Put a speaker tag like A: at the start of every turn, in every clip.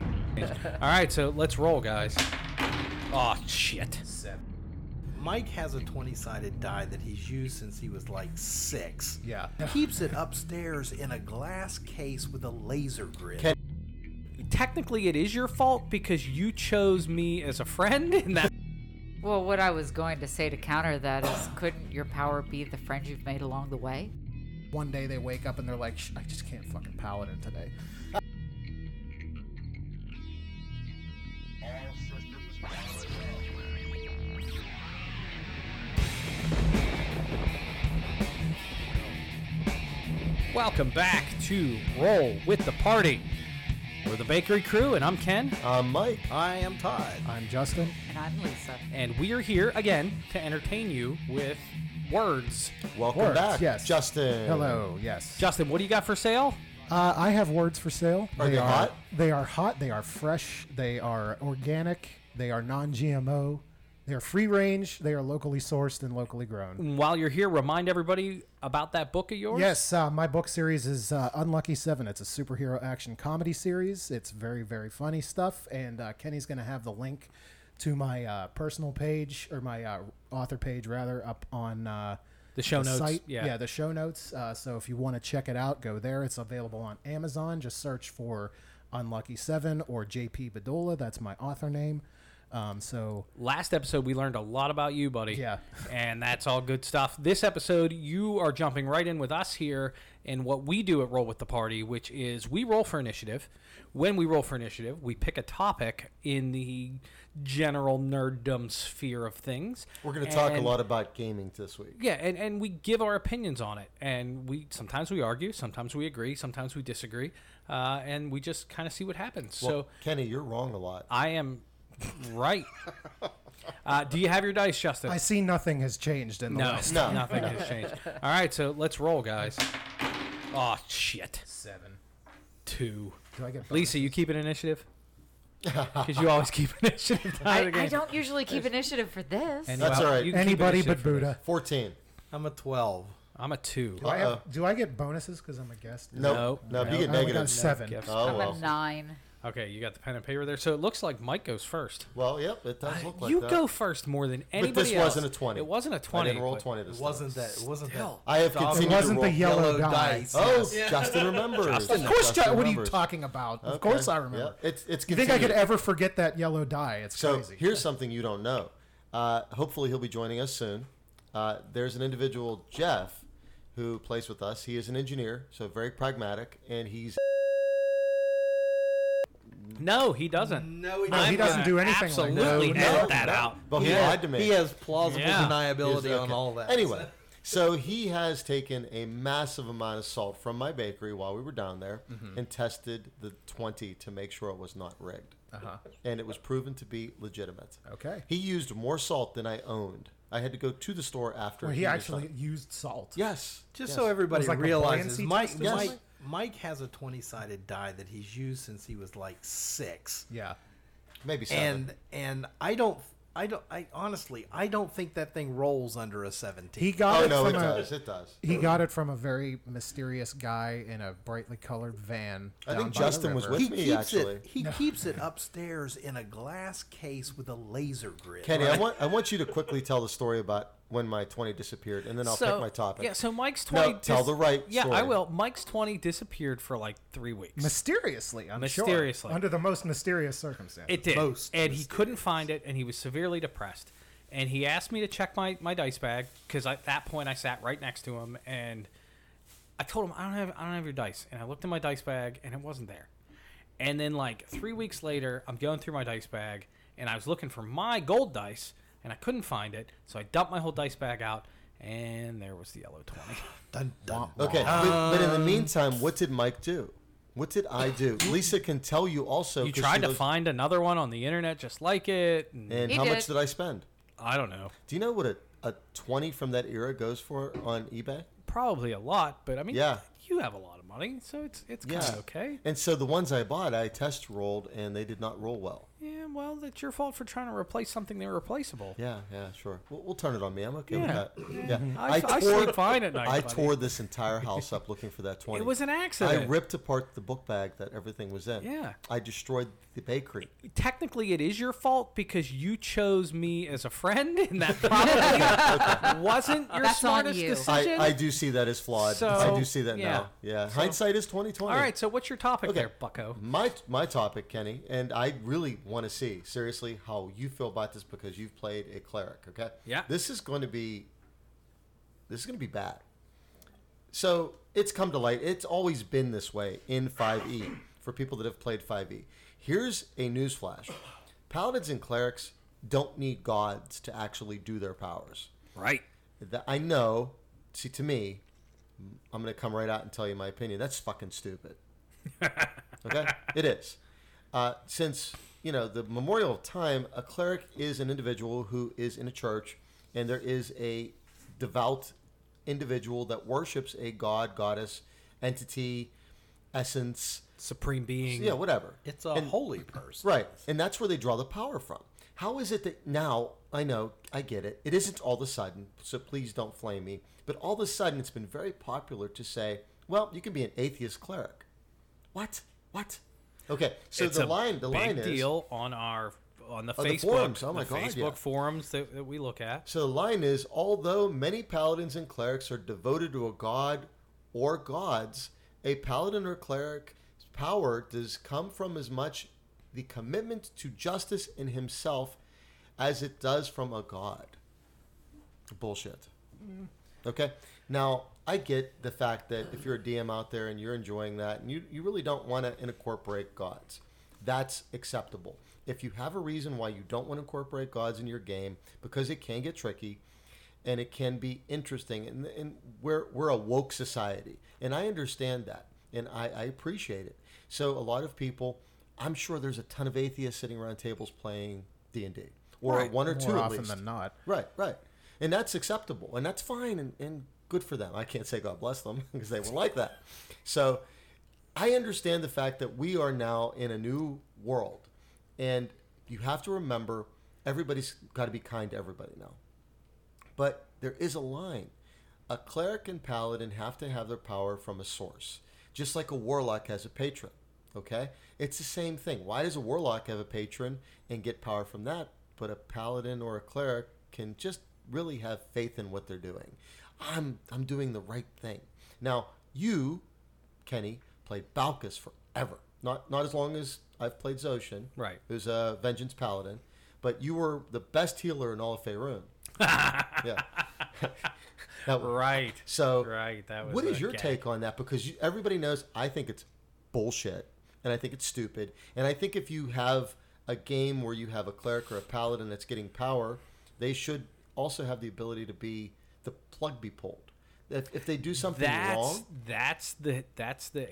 A: All right, so let's roll, guys. Oh shit!
B: Mike has a 20 sided die that he's used since he was like six.
A: Yeah.
B: Keeps it upstairs in a glass case with a laser grid.
A: Can- Technically, it is your fault because you chose me as a friend, and that
C: Well, what I was going to say to counter that is couldn't your power be the friends you've made along the way?
D: One day they wake up and they're like, "Sh- I just can't fucking paladin today.
A: Welcome back to Roll with the Party. We're the Bakery Crew, and I'm Ken,
E: Uh, Mike, Uh,
B: I am Todd.
D: I'm Justin.
C: And I'm Lisa.
A: and we are here again to entertain you with words.
E: welcome
D: Words,
E: back.
D: yes.
E: Justin.
D: Hello, yes.
A: Justin, what do you got for sale?
D: Uh, I have words for sale.
E: Are they hot?
D: They are hot. They are fresh. They are organic. They are non-GMO. They are free range. They are locally sourced and locally grown.
A: And while you're here, remind everybody about that book of yours.
D: Yes, uh, my book series is uh, Unlucky Seven. It's a superhero action comedy series. It's very, very funny stuff. And uh, Kenny's going to have the link to my uh, personal page or my uh, author page rather up on uh,
A: The show
D: the
A: notes.
D: site.
A: Yeah.
D: the show notes. Uh, so if you want to check it out, go there. It's available on Amazon. Just search for Unlucky Seven or JP Bedola. That's my author name. Um, so
A: Last episode, we learned a lot about you, buddy.
D: Yeah.
A: And that's all good stuff. This episode, you are jumping right in with us here and what we do at Roll with the Party, which is we roll for initiative. When we roll for initiative, we pick a topic in the general nerddom sphere of things.
E: We're going to talk a
A: And-
E: lot about gaming this week.
A: Yeah, and, and we give our opinions on it, and we sometimes we argue, sometimes we agree, sometimes we disagree, uh, and we just kind of see what happens. so
E: Well, Kenny, you're wrong a lot.
A: I am right. uh, do you have your dice, Justin?
D: I see nothing has changed in the
A: no,
D: last.
E: No.
A: nothing has changed. All right, so let's roll, guys. Oh shit,
F: Seven.
A: two.
D: Do I get
A: Lisa, you keep an initiative because you always keep initiative.
C: I, I don't usually keep initiative for this.
A: And
E: That's
A: well,
E: all right.
A: you keep
D: anybody
A: initiative
D: but
A: for this.
D: Buddha?
E: 14.
B: I'm a 12.
A: I'm a two.
D: Do I, have,
E: Uh-oh.
D: do I get bonuses because I'm a guest?
E: No.
A: No.
E: No,
A: No.
E: you get
D: I only got a
E: negative.
D: seven.
A: Gifts.
E: Oh,
C: I'm
E: well.
C: a nine.
A: Okay, you got the pen and paper there. So it looks like Mike goes first.
E: Well, yep, it does look like
A: you
E: that.
A: go first more than anybody
E: but this
A: else.
E: wasn't a 20.
A: It wasn't a
E: I
A: 20.
E: didn't roll
A: but-
E: 20 this
B: It
E: time.
B: wasn't that. It wasn't that.
A: Still.
E: I have
B: Dog-
E: continued
D: It wasn't
E: to
D: the
E: roll.
D: yellow dice.
E: Oh,
B: yes.
E: Justin remembers.
D: Of course,
E: Justin
D: John, what are you
E: remembers.
D: talking about? Of
E: Okay.
D: course, I remember.
E: Yeah, It's, it's
D: You think I could
E: continued.
D: ever forget that yellow die? It's
E: So
D: crazy.
E: here's something you don't know. Uh, hopefully, he'll be joining us soon. Uh, there's an individual, Jeff, who plays with us. He is an engineer, so very pragmatic, and he's
A: No, he doesn't.
B: No, it
D: No, he
A: I'm
D: doesn't
A: gonna
D: do anything like that.
A: absolutely
E: No,
A: edit
E: no,
A: that
E: no.
A: out.
E: But he,
B: has-
E: lied to me.
B: He has plausible
A: Yeah.
E: He
B: deniability
E: is-
B: on
E: okay.
B: all that.
E: Anyway, so he has taken a massive amount of salt from my bakery while we were down there and tested the 20 to make sure it was not rigged. Uh-huh. And it was proven to be legitimate.
D: Okay.
E: He used more salt than I owned. I had to go to the store after.
D: Where he
E: was
D: actually
E: done.
D: used salt.
E: Yes.
B: Just
E: yes.
B: so everybody
D: It was like a
B: realizes,
D: buoyancy
B: Mike,
D: test
E: or
B: Mike,
E: something?
B: Mike has a 20 sided die that he's used since he was like six.
D: Yeah.
E: Maybe seven.
B: And and I don't I don't I honestly I don't think that thing rolls under a 17.
D: He got
E: Oh
D: it
E: no, it
D: from a,
E: does. It does.
D: He got it from a very mysterious guy in a brightly colored van.
E: I
D: down
E: think
D: by the
E: Justin was
D: river.
E: with- me,
B: keeps
E: actually.
B: it he keeps it upstairs in a glass case with a laser grid.
E: Kenny, I want I want you to quickly tell the story about when my twenty disappeared, and then I'll pick my topic.
A: Yeah, so Mike's
E: No,
A: 20.
E: tell the right
A: Yeah, I
E: story.
A: will. Mike's 20 disappeared for like three weeks.
D: mysteriously. I'm sure.
A: Mysteriously.
D: under the most mysterious circumstances.
A: It did.
B: Most
A: and he couldn't find it, and he was severely depressed. And he asked me to check my, my dice bag because at that point I sat right next to him, and I told him I don't have I don't have your dice. And I looked in my dice bag, and it wasn't there. And then like three weeks later, I'm going through my dice bag, and I was looking for my gold dice, and I couldn't find it. So I dumped my whole dice bag out, and there was the yellow twenty.
B: Dun, dun.
E: Okay, but, but in
A: Um,
E: the meantime, what did Mike do? What did I do? Lisa can tell you also.
A: You
E: 'cause she
A: tried to
E: knows-
A: find another one on the internet just like it. And
E: And
C: He
E: how much
C: did.
E: did I spend?
A: I don't know,
E: Do you know what a, a twenty from that era goes for on eBay?
A: probably a lot, but I mean,
E: Yeah.
A: you have a lot of money, so it's it's kind of okay.
E: And so the ones I bought, I test rolled, and they did not roll well.
A: Yeah, well, that's your fault for trying to replace something that's replaceable.
E: Yeah, yeah, sure. We'll, we'll turn it on me. I'm okay
A: Yeah. Mm-hmm.
E: with that. Yeah,
A: I, I, sleep fine at night.
E: I
A: buddy.
E: tore this entire house up looking for that twenty.
A: It was an
E: I
A: accident.
E: ripped apart the book bag that everything was in.
A: Yeah.
E: I destroyed the bakery.
A: Technically, it is your fault because you chose me as a friend, and that probably wasn't your
C: That's on
A: smartest
C: you.
A: decision.
E: I, I do see that as flawed. I do
A: So,
E: see that
A: yeah.
E: now. Yeah, hindsight is twenty twenty.
A: All right, so what's your topic
E: Okay.
A: there, Bucko?
E: My my topic, Kenny, and I really want to see seriously how you feel about this because you've played a cleric. Okay.
A: Yeah.
E: This is going to be. This is going to be bad. So it's come to light. It's always been this way in 5e for people that have played 5e. Here's a newsflash: paladins and clerics don't need gods to actually do their powers
A: Right.
E: that I know. See, to me, I'm going to come right out and tell you my opinion. That's fucking stupid. okay, it is. Uh, since you know the memorial of time, a cleric is an individual who is in a church, and there is a devout individual that worships a god, goddess, entity, essence.
A: Supreme being.
E: Yeah, whatever.
B: It's a
E: And-
B: holy person.
E: Right. And that's where they draw the power from. How is it that now, I know, I get it. It isn't all of a sudden, so please don't flame me. But all of a sudden, it's been very popular to say, well, you can be an atheist cleric. What? What? Okay. So
A: it's
E: the
A: a
E: line, the
A: big
E: line is.
A: deal on our on the
E: the
A: Facebook
E: forums. Oh my
A: the
E: God,
A: Facebook
E: yeah.
A: forums that, that we look at.
E: So the line is although many paladins and clerics are devoted to a god or gods, a paladin or cleric's power does come from as much the commitment to justice in himself as it does from a god. Bullshit. Okay. Now, I get the fact that if you're a DM out there and you're enjoying that and you, you really don't want to incorporate gods, that's acceptable. If you have a reason why you don't want to incorporate gods in your game, because it can get tricky and it can be interesting, and, and we're, we're a woke society, and I understand that and I, I appreciate it. So, a lot of people, I'm sure there's a ton of atheists sitting around tables playing D&D. Or
A: Right.
E: one or two
D: more
E: at
D: often
E: least.
D: than not.
E: Right, right. And that's acceptable and that's fine and, and good for them. I can't say God bless them because they were like that. So I understand the fact that we are now in a new world and you have to remember everybody's got to be kind to everybody now. But there is a line. A cleric and paladin have to have their power from a source, just like a warlock has a patron. Okay? It's the same thing. Why does a warlock have a patron and get power from that, but a paladin or a cleric can just really have faith in what they're doing? I'm I'm doing the right thing. Now, you, Kenny, played Balkus forever. Not not as long as I've played Zoshin.
A: Right.
E: Who's a vengeance paladin, but you were the best healer in all of Faerun. yeah. That one.
A: Right.
E: So,
A: Right, that was
E: what is
A: a
E: your
A: gag.
E: take on that? Because you, everybody knows I think it's bullshit, and I think it's stupid, and I think if you have a game where you have a cleric or a paladin that's getting power, they should also have the ability to be the plug be pulled. If, if they do something
A: That's
E: wrong,
A: that's the that's the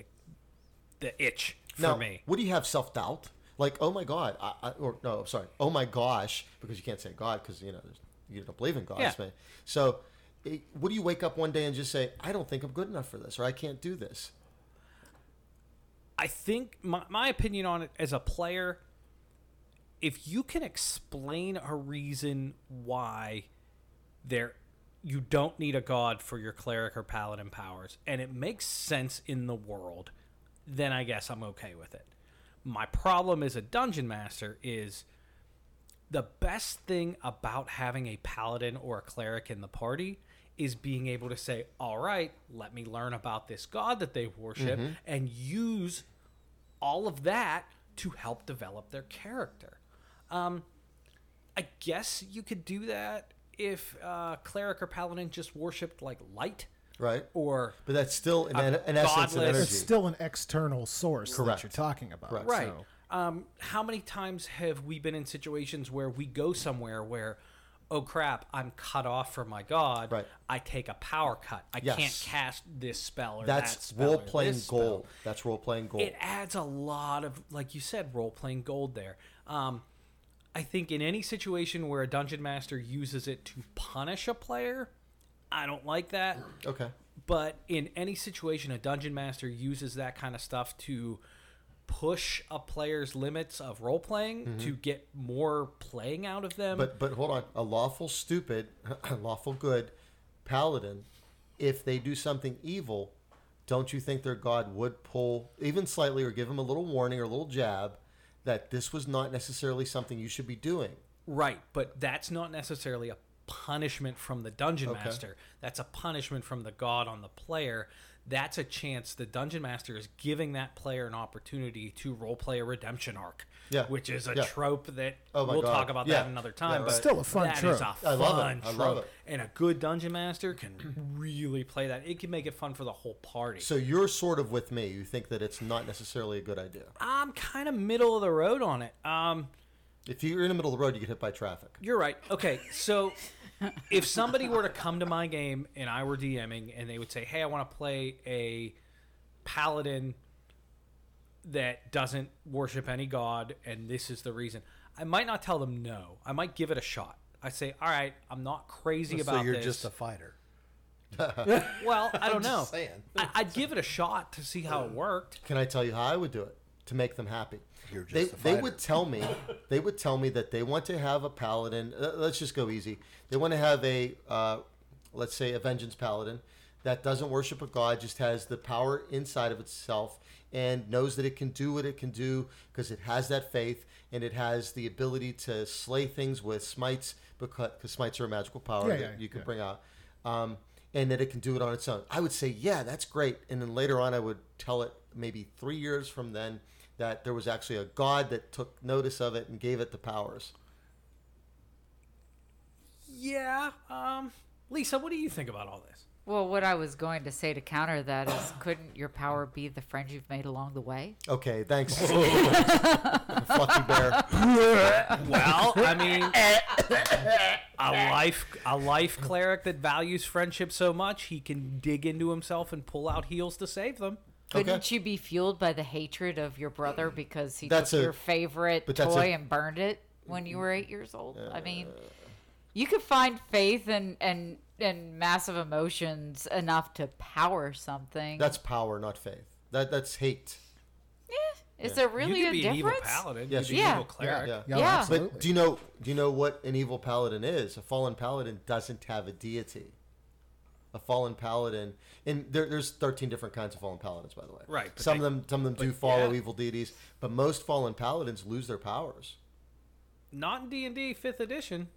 A: the itch for
E: now,
A: me.
E: Would you have self doubt? Like, oh my God, I, I, or no, sorry, oh my gosh, because you can't say God because you know there's, you don't believe in God.
A: Yeah.
E: man. So, it, would you wake up one day and just say, I don't think I'm good enough for this, or I can't do this?
A: I think my, my opinion on it as a player, if you can explain a reason why there you don't need a god for your cleric or paladin powers and it makes sense in the world, then I guess I'm okay with it. My problem as a dungeon master is the best thing about having a paladin or a cleric in the party is being able to say, "All right, let me learn about this god that they worship and use all of that to help develop their character." Um, I guess you could do that if uh, cleric or paladin just worshipped like light
E: Right.
A: or
E: But that's still in, an, an essence of
A: godless-
E: energy.
D: It's still an external source
E: Correct.
D: that you're talking about.
E: Correct.
A: Right.
D: so-
A: Um, how many times have we been in situations where we go somewhere where, oh crap, I'm cut off from my god.
E: Right.
A: I take a power cut. I
E: Yes.
A: can't cast this spell or
E: that's
A: that spell or
E: role playing
A: this spell.
E: gold. That's role playing gold.
A: It adds a lot of, like you said, role playing gold there. Um, I think in any situation where a dungeon master uses it to punish a player, I don't like that
E: okay.
A: but in any situation a dungeon master uses that kind of stuff to push a player's limits of role playing to get more playing out of them.
E: But but hold on, a lawful stupid, lawful good paladin, if they do something evil, don't you think their god would pull even slightly or give them a little warning or a little jab that this was not necessarily something you should be doing?
A: Right, but that's not necessarily a punishment from the dungeon
E: Okay.
A: master. That's a punishment from the god on the player. That's a chance the dungeon master is giving that player an opportunity to roleplay a redemption arc.
E: Yeah.
A: Which is a
E: Yeah.
A: trope that
E: Oh my
A: we'll
E: God.
A: talk about
E: Yeah.
A: that another time.
E: Yeah,
A: But
E: right.
D: Still a fun
A: that
D: trope.
A: is a
E: I
A: fun
E: love it. I
A: trope.
E: love it.
A: And a good dungeon master can really play that. It can make it fun for the whole party.
E: So you're sort of with me. You think that it's not necessarily a good idea.
A: I'm kind of middle of the road on it. Um,
E: If you're in the middle of the road, you get hit by traffic.
A: You're right. Okay, so if somebody were to come to my game and I were DMing and they would say, "Hey, I want to play a paladin that doesn't worship any god and this is the reason." I might not tell them no. I might give it a shot. I say, "All right, I'm not crazy about
B: so you're
A: this."
B: just a fighter.
A: well, I don't know.
B: just saying.
A: I, I'd give it a shot to see how it worked.
E: Can I tell you how I would do it to make them happy?
B: You're just
E: they,
B: a
E: they
B: fighter.
E: would tell me they would tell me that they want to have a paladin. Uh, let's just go easy. They want to have a uh, let's say a vengeance paladin that doesn't worship a god, just has the power inside of itself and knows that it can do what it can do because it has that faith and it has the ability to slay things with smites because, because smites are a magical power
D: Yeah,
E: that
D: yeah,
E: you can
D: yeah.
E: bring out. Um, and that it can do it on its own. I would say, yeah, that's great. And then later on, I would tell it maybe three years from then that there was actually a god that took notice of it and gave it the powers.
A: Yeah. Um, Lisa, what do you think about all this?
C: Well, what I was going to say to counter that is, couldn't your power be the friends you've made along the way?
E: Okay, thanks. Fluffy bear.
A: Well, I mean, a life a life cleric that values friendship so much he can dig into himself and pull out heels to save them.
C: Couldn't
E: Okay.
C: you be fueled by the hatred of your brother because he
E: That's
C: took
E: a-
C: your favorite
E: but
C: toy
E: that's a- Uh,
C: and burned it when you were eight years old? I mean, you could find faith and and and massive emotions enough to power something.
E: That's power, not faith. That that's hate.
C: Eh, is there really
A: you
C: a
A: could be an evil
C: difference?
A: paladin.
E: Yes,
A: you could be
C: you could.
A: an evil cleric.
E: Yeah.
D: Yeah,
C: Yeah.
D: absolutely.
E: But do you know do you know what an evil paladin is? A fallen paladin doesn't have a deity. A fallen paladin, and there, there's 13 different kinds of fallen paladins, by the way.
A: Right, but
E: Some
A: they-
E: of them, some of them do follow
A: yeah.
E: evil deities, but most fallen paladins lose their powers.
A: Not in D and D fifth edition.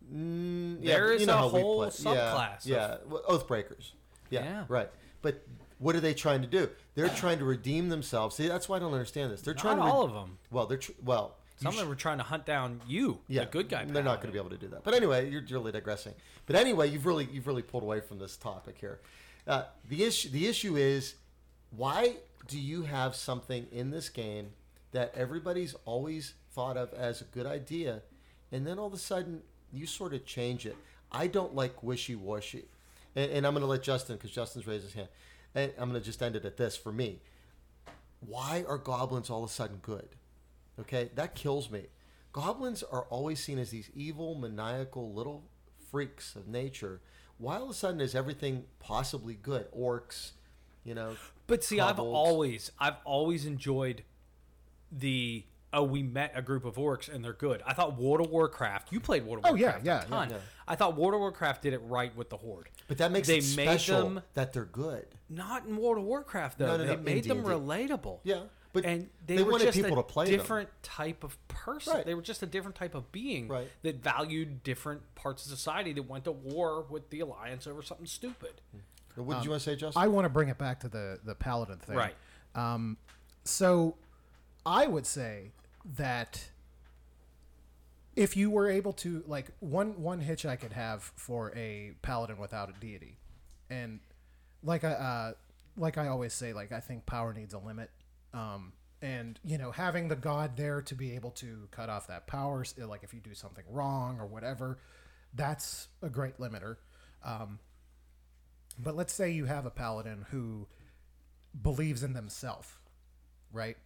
E: Yeah,
A: There
E: but
A: is
E: you know
A: a
E: how we
A: whole
E: play.
A: subclass of-
E: Yeah, yeah. Well, Oathbreakers. Yeah,
A: Yeah.
E: right. But what are they trying to do? They're trying to redeem themselves. See, that's why I don't understand this. They're trying to
A: all
E: re-
A: of 'em.
E: Well, they're tr- well. you
A: Some of them were trying to hunt down you, the good guy.
E: They're not going to be able to do that. But anyway, you're really digressing. But anyway, you've really you've really pulled away from this topic here. Uh, the issue the issue is why do you have something in this game that everybody's always thought of as a good idea, and then all of a sudden you sort of change it? I don't like wishy washy, and, and I'm going to let Justin because Justin's raised his hand, and I'm going to just end it at this for me why are goblins all of a sudden good? Okay, that kills me. Goblins are always seen as these evil, maniacal little freaks of nature. Why all of a sudden is everything possibly good? Orcs, you know.
A: But see, I've
E: kobolds.
A: always I've always enjoyed the oh we met a group of orcs and they're good. I thought World of Warcraft. You played World of
D: Oh, yeah,
A: Warcraft
D: yeah,
A: a
D: yeah,
A: ton. I thought World of Warcraft did it right with the horde.
E: But that makes
A: they
E: it
A: made
E: special
A: them-
E: that they're good.
A: Not in World of Warcraft though.
E: No, no, no,
A: they
E: in
A: made them
E: D&D.
A: relatable.
E: Yeah, but
A: and they,
E: they
A: were
E: wanted
A: just
E: people
A: a
E: to play them.
A: different type of person.
E: Right.
A: They were just a different type of being
E: Right.
A: that valued different parts of society that went to war with the alliance over something stupid.
E: What did you want to say, Justin?
D: I want to bring it back to the the paladin thing.
A: Right.
D: So I would say that if you were able to like one one hitch I could have for a paladin without a deity, and like I uh, like I always say, like I think power needs a limit, um, and you know having the god there to be able to cut off that power, s- like if you do something wrong or whatever, that's a great limiter. Um, but let's say you have a paladin who believes in themselves, right?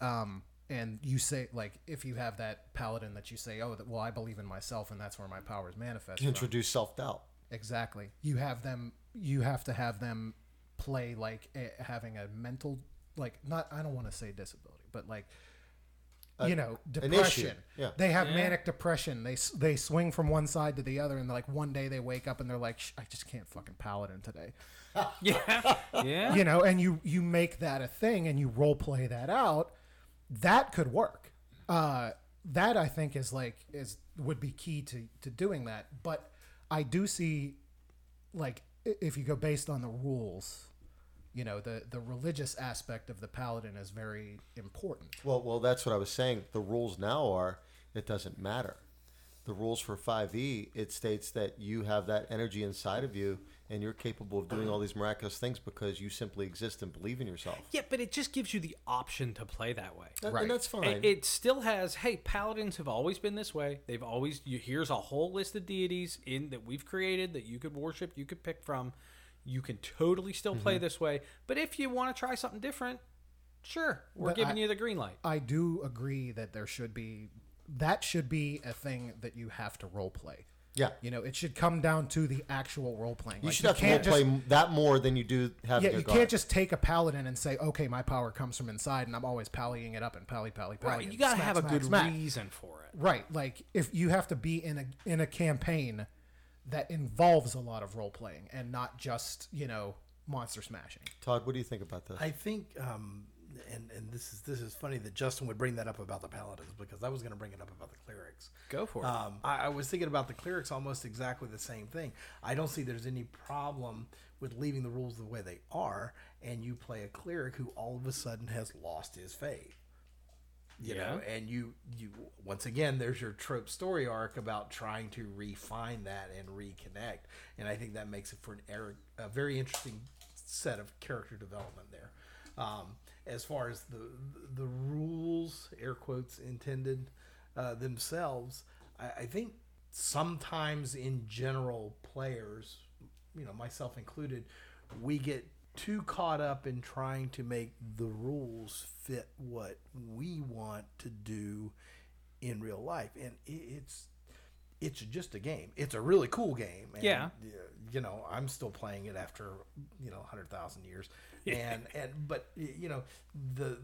D: Um, and you say like if you have that paladin that you say, oh, that, well, I believe in myself, and that's where my powers manifest. from."
E: Introduce self doubt.
D: Exactly. You have them. You have to have them play like a, having a mental, like not. I don't want to say disability. but like
E: A-
D: you know
E: issue,
D: depression.
E: yeah.
D: They have
A: Yeah.
D: manic depression. They s- they swing from one side to the other, and like one day they wake up and they're like, "Sh- I just can't fucking paladin today.
A: Yeah. Yeah.
D: you know and you you make that a thing and you role play that out that could work uh that i think is like is would be key to to doing that but i do see like i- if you go based on the rules you know the the religious aspect of the paladin is very important
E: Well, well, that's what I was saying. The rules now are it doesn't matter. The rules for 5e, it states that you have that energy inside of you and you're capable of doing all these miraculous things because you simply exist and believe in yourself.
A: Yeah, but it just gives you the option to play that way.
E: That-
D: Right.
E: And that's fine.
A: It, it still has, hey, paladins have always been this way. They've always you, here's a whole list of deities in that we've created that you could worship, you could pick from. You can totally still play
D: Mm-hmm.
A: this way, but if you want to try something different, sure, we're
D: But
A: giving
D: I-
A: you the green light.
D: i do agree that there should be that should be a thing that you have to role play
E: yeah.
D: you know it should come down to the actual role playing
E: You should have to role play m that more than you do having
D: yeah,
E: a
D: you
E: god.
D: can't just take a paladin and say, "Okay, my power comes from inside, and I'm always pallying it up and pally, pally, pally."
A: Right,
D: and
A: you got to
D: smack,
A: have a
D: smack,
A: good
D: smack.
A: reason for it.
D: Right, like if you have to be in a in a campaign that involves a lot of role playing and not just you know monster smashing.
E: Todd, what do you think about this?
B: I think, um, and and this is this is funny that Justin would bring that up about the paladins because I was going to bring it up about the clerics.
A: Go for it.
B: Um, I, I was thinking about the clerics almost exactly the same thing. I don't see there's any problem with leaving the rules the way they are, and you play a cleric who all of a sudden has lost his faith. You know, and you you once again there's your trope story arc about trying to refine that and reconnect, and I think that makes it for an er- a very interesting set of character development there. Um, as far as the the rules, air quotes intended, uh, themselves, I, I think sometimes in general players, you know, myself included, we get too caught up in trying to make the rules fit what we want to do in real life, and i it's it's just a game. It's a really cool game. And, uh,
A: Yeah.
B: You know, I'm still playing it after you know 100,000 years, and and but you know the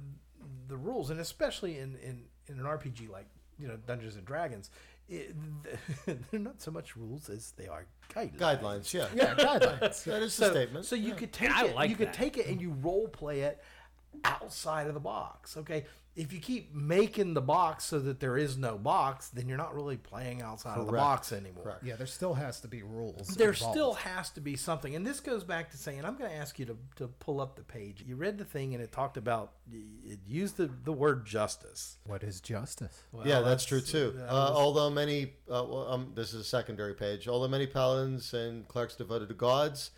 B: the rules, and especially in in in an RPG like you know Dungeons and Dragons, it, they're not so much rules as they are guidelines.
E: Guidelines, yeah.
D: Yeah, guidelines.
E: That is
B: So,
E: the statement.
B: so you could take
A: I
B: it,
A: like
B: you could
A: that.
B: take it and you role play it outside of the box. Okay, if you keep making the box so that there is no box, then you're not really playing outside of the
E: Correct.
B: box anymore.
E: Correct.
D: yeah, there still has to be rules.
B: There
D: involved.
B: still has to be something, and this goes back to saying I'm going to ask you to, to pull up the page. You read the thing, and it talked about it used the, the word justice.
D: what is justice?
E: yeah, that's, true too. Uh, although many, uh, well, um, this is a secondary page. Although many paladins and clerics devoted to gods,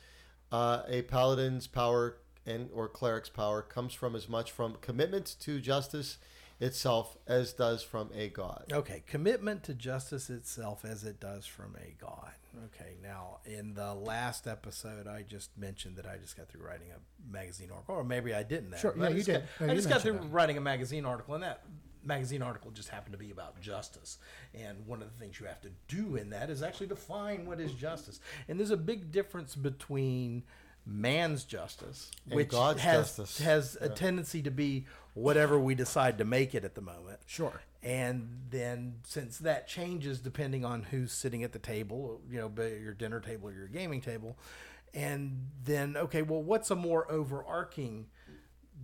E: uh, a paladin's power and or cleric's power comes from as much from commitment to justice itself as does from a god.
B: Okay, commitment to justice itself as it does from a God. Okay, now in the last episode, I just mentioned that I just got through writing a magazine article, or maybe I didn't. That
D: Sure,
B: but
D: yeah,
B: I
D: you
B: just
D: did.
B: got-
D: No,
B: I
D: you
B: just got through
D: mentioned
B: writing a magazine article, and that magazine article just happened to be about justice. And one of the things you have to do in that is actually define what is justice. And there's a big difference between man's justice,
E: And
B: which
E: God's
B: has
E: justice.
B: has a tendency to be whatever we decide to make it at the moment.
D: Sure.
B: And then, since that changes depending on who's sitting at the table, you know, be it your dinner table or your gaming table, and then, okay, well, what's a more overarching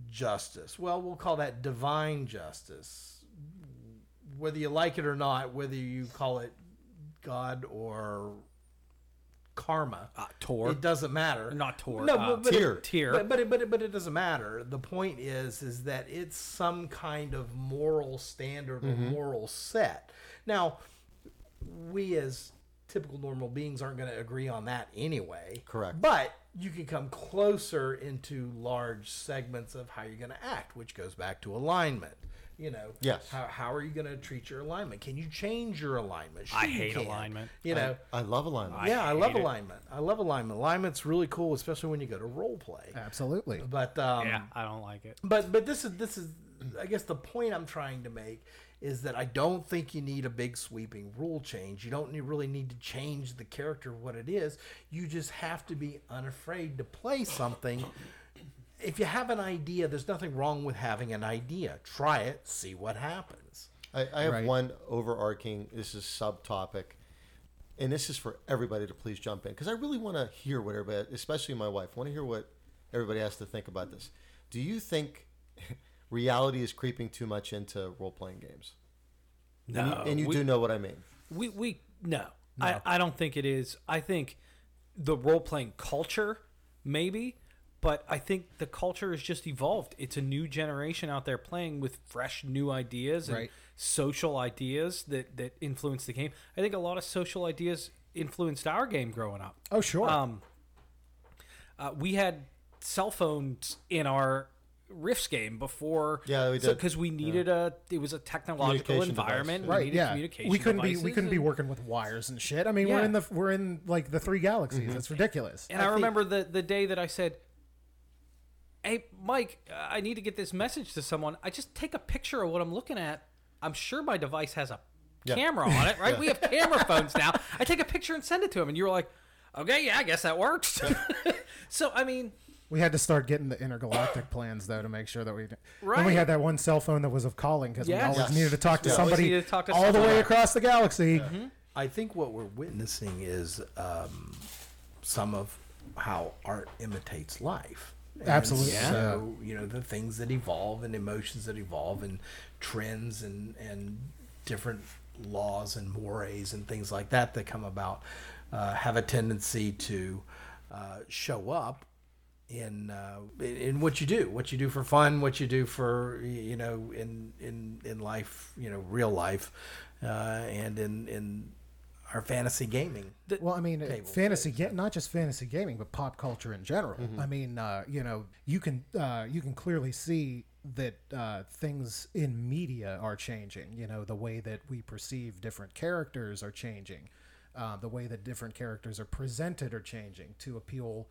B: justice? Well, we'll call that divine justice. Whether you like it or not, whether you call it God or karma,
A: Uh, Tor.
B: it doesn't matter.
A: Not Tor,
B: No,
A: uh,
B: but, but it-
E: Tier.
A: Tier.
B: But, but it, but it, but it doesn't matter. The point is, is that it's some kind of moral standard
A: Mm-hmm.
B: or moral set. Now, we as typical normal beings aren't going to agree on that anyway.
E: Correct.
B: But you can come closer into large segments of how you're going to act, which goes back to alignment. You know,
E: Yes.
B: How, how are you going to treat your alignment? Can you change your alignment?
A: I
B: you
A: hate
B: can.
A: alignment.
B: You know,
E: I love alignment.
B: yeah, I love
A: hate it.
B: alignment. I love alignment. Alignment's really cool, especially when you go to role play.
D: Absolutely.
B: But um,
A: yeah, I don't like it.
B: but but this is this is I guess the point I'm trying to make is that I don't think you need a big sweeping rule change. You don't need, really need to change the character of what it is. You just have to be unafraid to play something if you have an idea, there's nothing wrong with having an idea. Try it, see what happens.
E: I, I have
D: Right.
E: one overarching. This is subtopic, and this is for everybody to please jump in because I really want to hear what everybody, especially my wife, want to hear what everybody has to think about this. Do you think reality is creeping too much into role playing games?
A: No,
E: And you, and you
A: we,
E: do know what I mean.
A: We we no. I, I don't think it is. I think the role playing culture maybe, but I think the culture has just evolved. It's a new generation out there playing with fresh new ideas and
D: Right.
A: social ideas that that influence the game. I think a lot of social ideas influenced our game growing up.
D: Oh, sure.
A: Um, uh, we had cell phones in our Rifts game before.
E: Yeah, we did.
A: Because we needed a, it was a technological
E: Communication device,
A: environment.
E: yeah.
A: We
D: right
A: needed
D: yeah
A: communication
D: we couldn't
A: devices
D: be we couldn't be
A: and-
D: working with wires and shit i mean
A: Yeah.
D: we're in the we're in like the three galaxies it's ridiculous
A: And I, remember the the day that I said, "Hey, Mike, uh, I need to get this message to someone. I just take a picture of what I'm looking at. I'm sure my device has a
E: Yeah.
A: camera on it, right? We have camera phones now. I take a picture and send it to him, and you were like." Okay, yeah, I guess that works. so, I mean,
D: we had to start getting the intergalactic plans though to make sure that we and
A: Right.
D: we had that one cell phone that was of calling because we
A: Yes.
D: always
A: Yes.
D: needed to talk to
E: Yeah. Always
D: somebody
A: needed to talk to
D: all the
A: somebody. Mm-hmm.
D: way across the galaxy
B: I think what we're witnessing is um, some of how art imitates life. And
D: Absolutely.
B: So you know the things that evolve and emotions that evolve and trends and and different laws and mores and things like that that come about uh, have a tendency to uh, show up in uh, in- in what you do, what you do for fun, what you do for y- you know in in in life, you know, real life, uh, and in in our fantasy gaming.
D: well, I mean, uh,
B: Table
D: fantasy, ga- not just fantasy gaming, but pop culture in general. I mean, uh, you know, you can uh, you can clearly see that uh, things in media are changing. You know, the way that we perceive different characters are changing. Uh, the way that different characters are presented are changing to appeal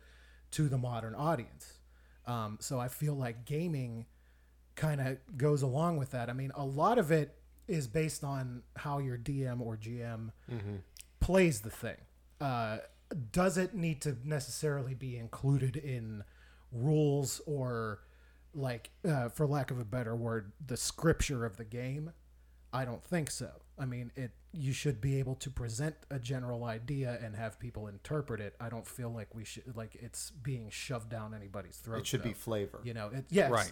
D: to the modern audience. Um, so I feel like gaming kind of goes along with that. I mean, a lot of it is based on how your DM or GM
E: Mm-hmm.
D: plays the thing. Uh, does it need to necessarily be included in rules or, like, uh, for lack of a better word, the scripture of the game? I don't think so. I mean, it you should be able to present a general idea and have people interpret it. I don't feel like we should like it's being shoved down anybody's throat.
E: It should be
D: though.
E: flavor.
D: You know, it, yes,
A: Right.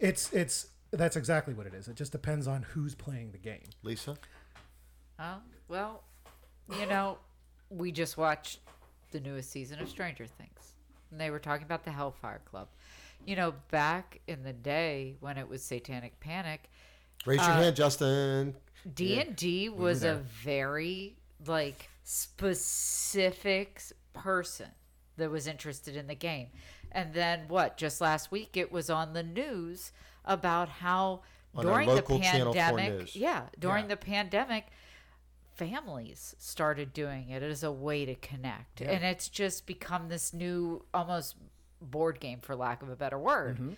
D: It's it's that's exactly what it is. It just depends on who's playing the game.
E: Lisa,
C: Oh, well, you know, we just watched the newest season of Stranger Things. And they were talking about the Hellfire Club. You know, back in the day when it was Satanic Panic,
E: raise your hand, Justin.
C: D&D was a very like specific s- person that was interested in the game. And then what? Just last week it was on the news about how
E: On our
C: during the
E: local Channel 4
C: pandemic,
E: news.
C: yeah, during the pandemic families started doing it as a way to connect. And it's just become this new almost board game for lack of a better word
E: Mm-hmm.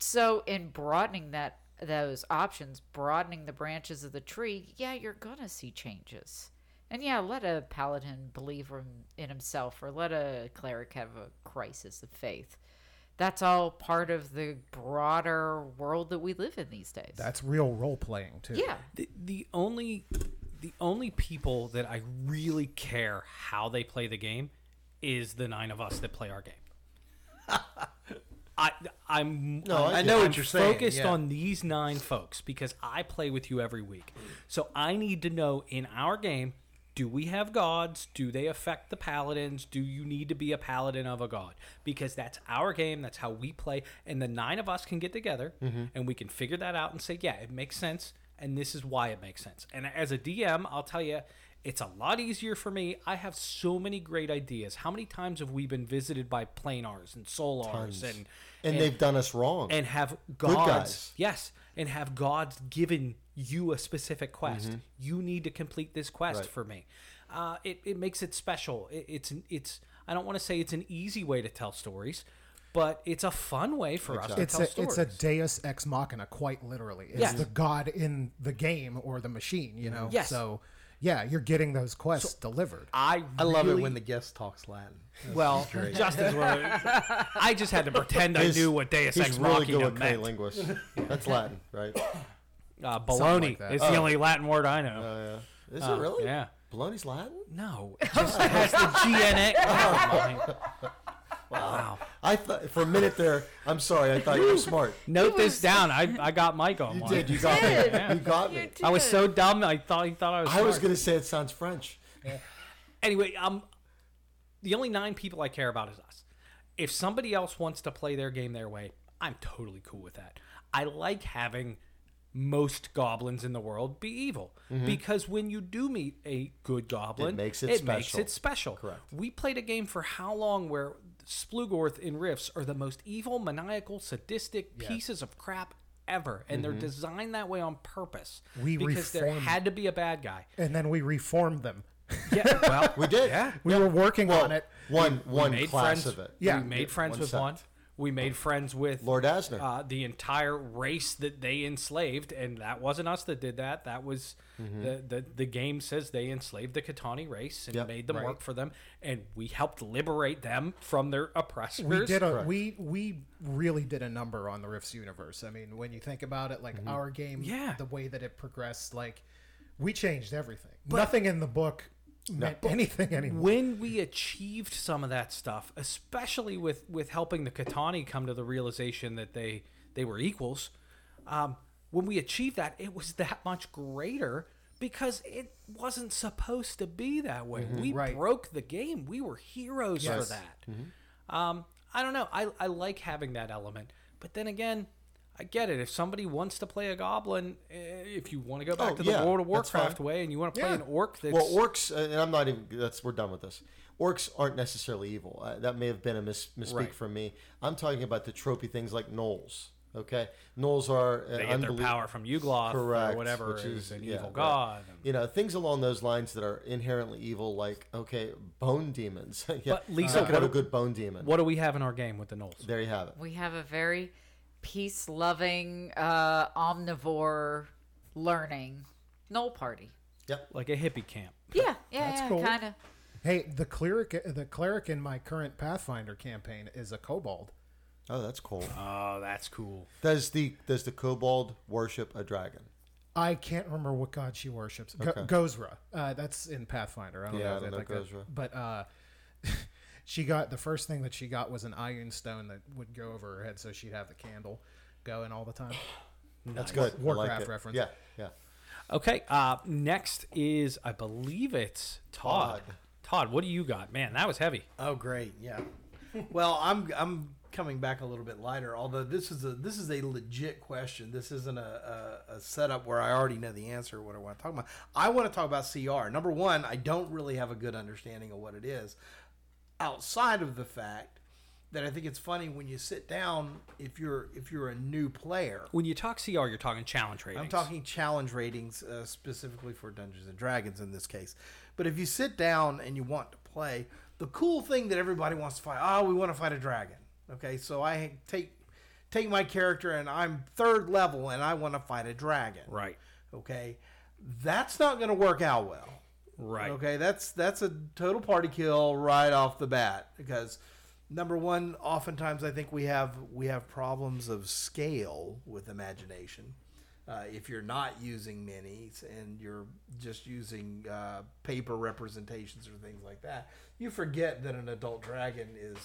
C: so in broadening that those options broadening the branches of the tree yeah you're gonna see changes and yeah let a paladin believe in- in himself or let a cleric have a crisis of faith that's all part of the broader world that we live in these days
D: That's real role playing too.
C: yeah
A: the, the only the only people that I really care how they play the game is the nine of us that play our game. I I'm
E: No, I
A: I'm-
E: I know
B: what
A: I'm
B: you're saying,
A: Focused
B: yeah.
A: on these nine folks because I play with you every week, so I need to know in our game. Do we have gods? Do they affect the paladins? Do you need to be a paladin of a god? Because that's our game. That's how we play. And the nine of us can get together
B: Mm-hmm.
A: and we can figure that out and say, yeah, it makes sense. And this is why it makes sense. And as a DM, I'll tell you, it's a lot easier for me. I have so many great ideas. How many times have we been visited by planars and solars and,
E: And, they've done us wrong.
A: and have gods
E: guys.
A: yes and have gods given you a specific quest you need to complete this quest
E: Right.
A: for me uh, it, it makes it special it, it's an- it's i don't want to say it's an easy way to tell stories but it's a fun way for us to
D: It's
A: tell
D: a
A: stories
D: it's a Deus ex machina, quite literally. It's
A: Yes.
D: the god in the game or the machine. You know.
A: Yes.
D: So Yeah, you're getting those quests delivered.
A: I
B: I love
A: really,
B: it when the guest talks Latin.
A: well Justin's one. of the- I just had to pretend I
E: He's-
A: knew what Deus Ex
E: He's really
A: Machina
E: good with Clay
A: meant.
E: linguist. That's Latin, right?
A: Uh, baloney
D: like that.
A: is the only Latin word I know.
E: Oh. Uh, is it really?
A: yeah.
E: Baloney's Latin?
A: no, it just has the G Oh in it.
E: Oh
A: Wow.
E: I thought for a minute there. I'm sorry. I thought you were smart.
A: Note this down. I, I got Mike on
E: You
A: one.
E: did. You got me.
A: Yeah.
E: You got
C: You
E: me.
C: did.
A: I was so dumb. I thought he thought I was.
E: I was
A: smart.
E: gonna say it sounds French.
A: anyway, um, the only nine people I care about is us. If somebody else wants to play their game their way, I'm totally cool with that. I like having most goblins in the world be evil because when you do meet a good goblin,
E: makes Mm-hmm. it
A: makes
E: special.
A: it special.
E: Correct.
A: We played a game for how long where Splugorth and Rifts are the most evil, maniacal, sadistic pieces of crap ever, and
E: Mm-hmm.
A: they're designed that way on purpose
D: We
A: because there
D: reformed-
A: had to be a bad guy.
D: And then we reformed them.
A: Yeah, well,
E: We did.
D: We were working on it.
E: One one
A: made
E: class
A: friends.
E: of it.
D: Yeah.
A: we made friends
E: One
A: with
E: sect.
A: one. We made friends with
E: Lord Asner.
A: uh, the entire race that they enslaved, and that wasn't us that did that. That was
E: Mm-hmm.
A: the, the the game says they enslaved the Katani race and
E: Yep,
A: made them work for them, and we helped liberate them from their oppressors.
D: We did a we we really did a number on the Rifts universe. I mean, when you think about it,
E: Mm-hmm.
D: like our game,
A: Yeah.
D: the way that it progressed, like we changed everything. Nothing in the book meant anything anymore.
A: when we achieved some of that stuff, especially with with helping the Katani come to the realization that they they were equals, um, when we achieved that, it was that much greater because it wasn't supposed to be that way.
E: Mm-hmm.
A: We
D: Right.
A: broke the game. We were heroes for that.
E: Mm-hmm.
A: Um, I don't know. I I like having that element, but then again. I get it. If somebody wants to play a goblin, eh, if you want to go back
E: Oh,
A: to the
E: yeah,
A: World of
E: that's fine.
A: Warcraft way, and you want to play
D: Yeah.
A: an orc, that's
E: Well, orcs, uh, and I'm not even. That's we're done with this. Orcs aren't necessarily evil. Uh, that may have been a mis- misspeak
A: Right.
E: from me. I'm talking about the tropey things like gnolls. Okay, gnolls are uh,
A: they get their
E: unbelie-
A: power from Yugloth
E: correct,
A: or whatever
E: which
A: is, an
E: yeah,
A: evil
E: right.
A: god.
E: You know things along those lines that are inherently evil, like okay, bone demons. yeah,
A: But, Lisa,
E: look
A: what
E: at a
A: do-
E: good bone demon.
A: What do we have in our game with the Knolls?
E: There you have it.
C: We have a very peace loving, uh, omnivore learning knoll party.
A: Like a hippie camp.
C: Yeah, yeah,
D: That's
C: yeah,
D: cool.
C: kind of.
D: Hey, the cleric the cleric in my current Pathfinder campaign is a kobold.
E: Oh, that's cool.
A: Oh, that's cool.
E: Does the does the kobold worship a dragon?
D: I can't remember what god she worships. Go- Gozra. Uh, that's in Pathfinder. I don't
E: Yeah,
D: know.
E: I
D: if
E: don't
D: they
E: know
D: like that.
E: Gozra.
D: But uh, she got the first thing that she got was an iron stone that would go over her head, so she'd have the candle going all the time.
E: That's good. I
D: Warcraft
E: it.
D: reference.
E: Yeah, yeah.
A: Okay, uh, next is, I believe it's Todd.
E: Todd.
A: Todd. what do you got? Man, that was heavy.
B: Oh, great! Yeah. Well, I'm I'm coming back a little bit lighter. Although this is a this is a legit question. This isn't a, a, a setup where I already know the answer. What I want to talk about. I want to talk about CR. Number one, I don't really have a good understanding of what it is, outside of the fact that I think it's funny when you sit down if you're if you're a new player.
A: When you talk CR, you're talking challenge ratings.
B: I'm talking challenge ratings uh, specifically for Dungeons and Dragons in this case. But if you sit down and you want to play, the cool thing that everybody wants to fight, oh, we want to fight a dragon. Okay, so I take take my character and I'm third level and I want to fight a dragon.
A: Right,
B: Okay, that's not going to work out well.
A: right.
B: Okay, that's that's a total party kill right off the bat because number one, oftentimes I think we have we have problems of scale with imagination. Uh, if you're not using minis and you're just using uh, paper representations or things like that, you forget that an adult dragon is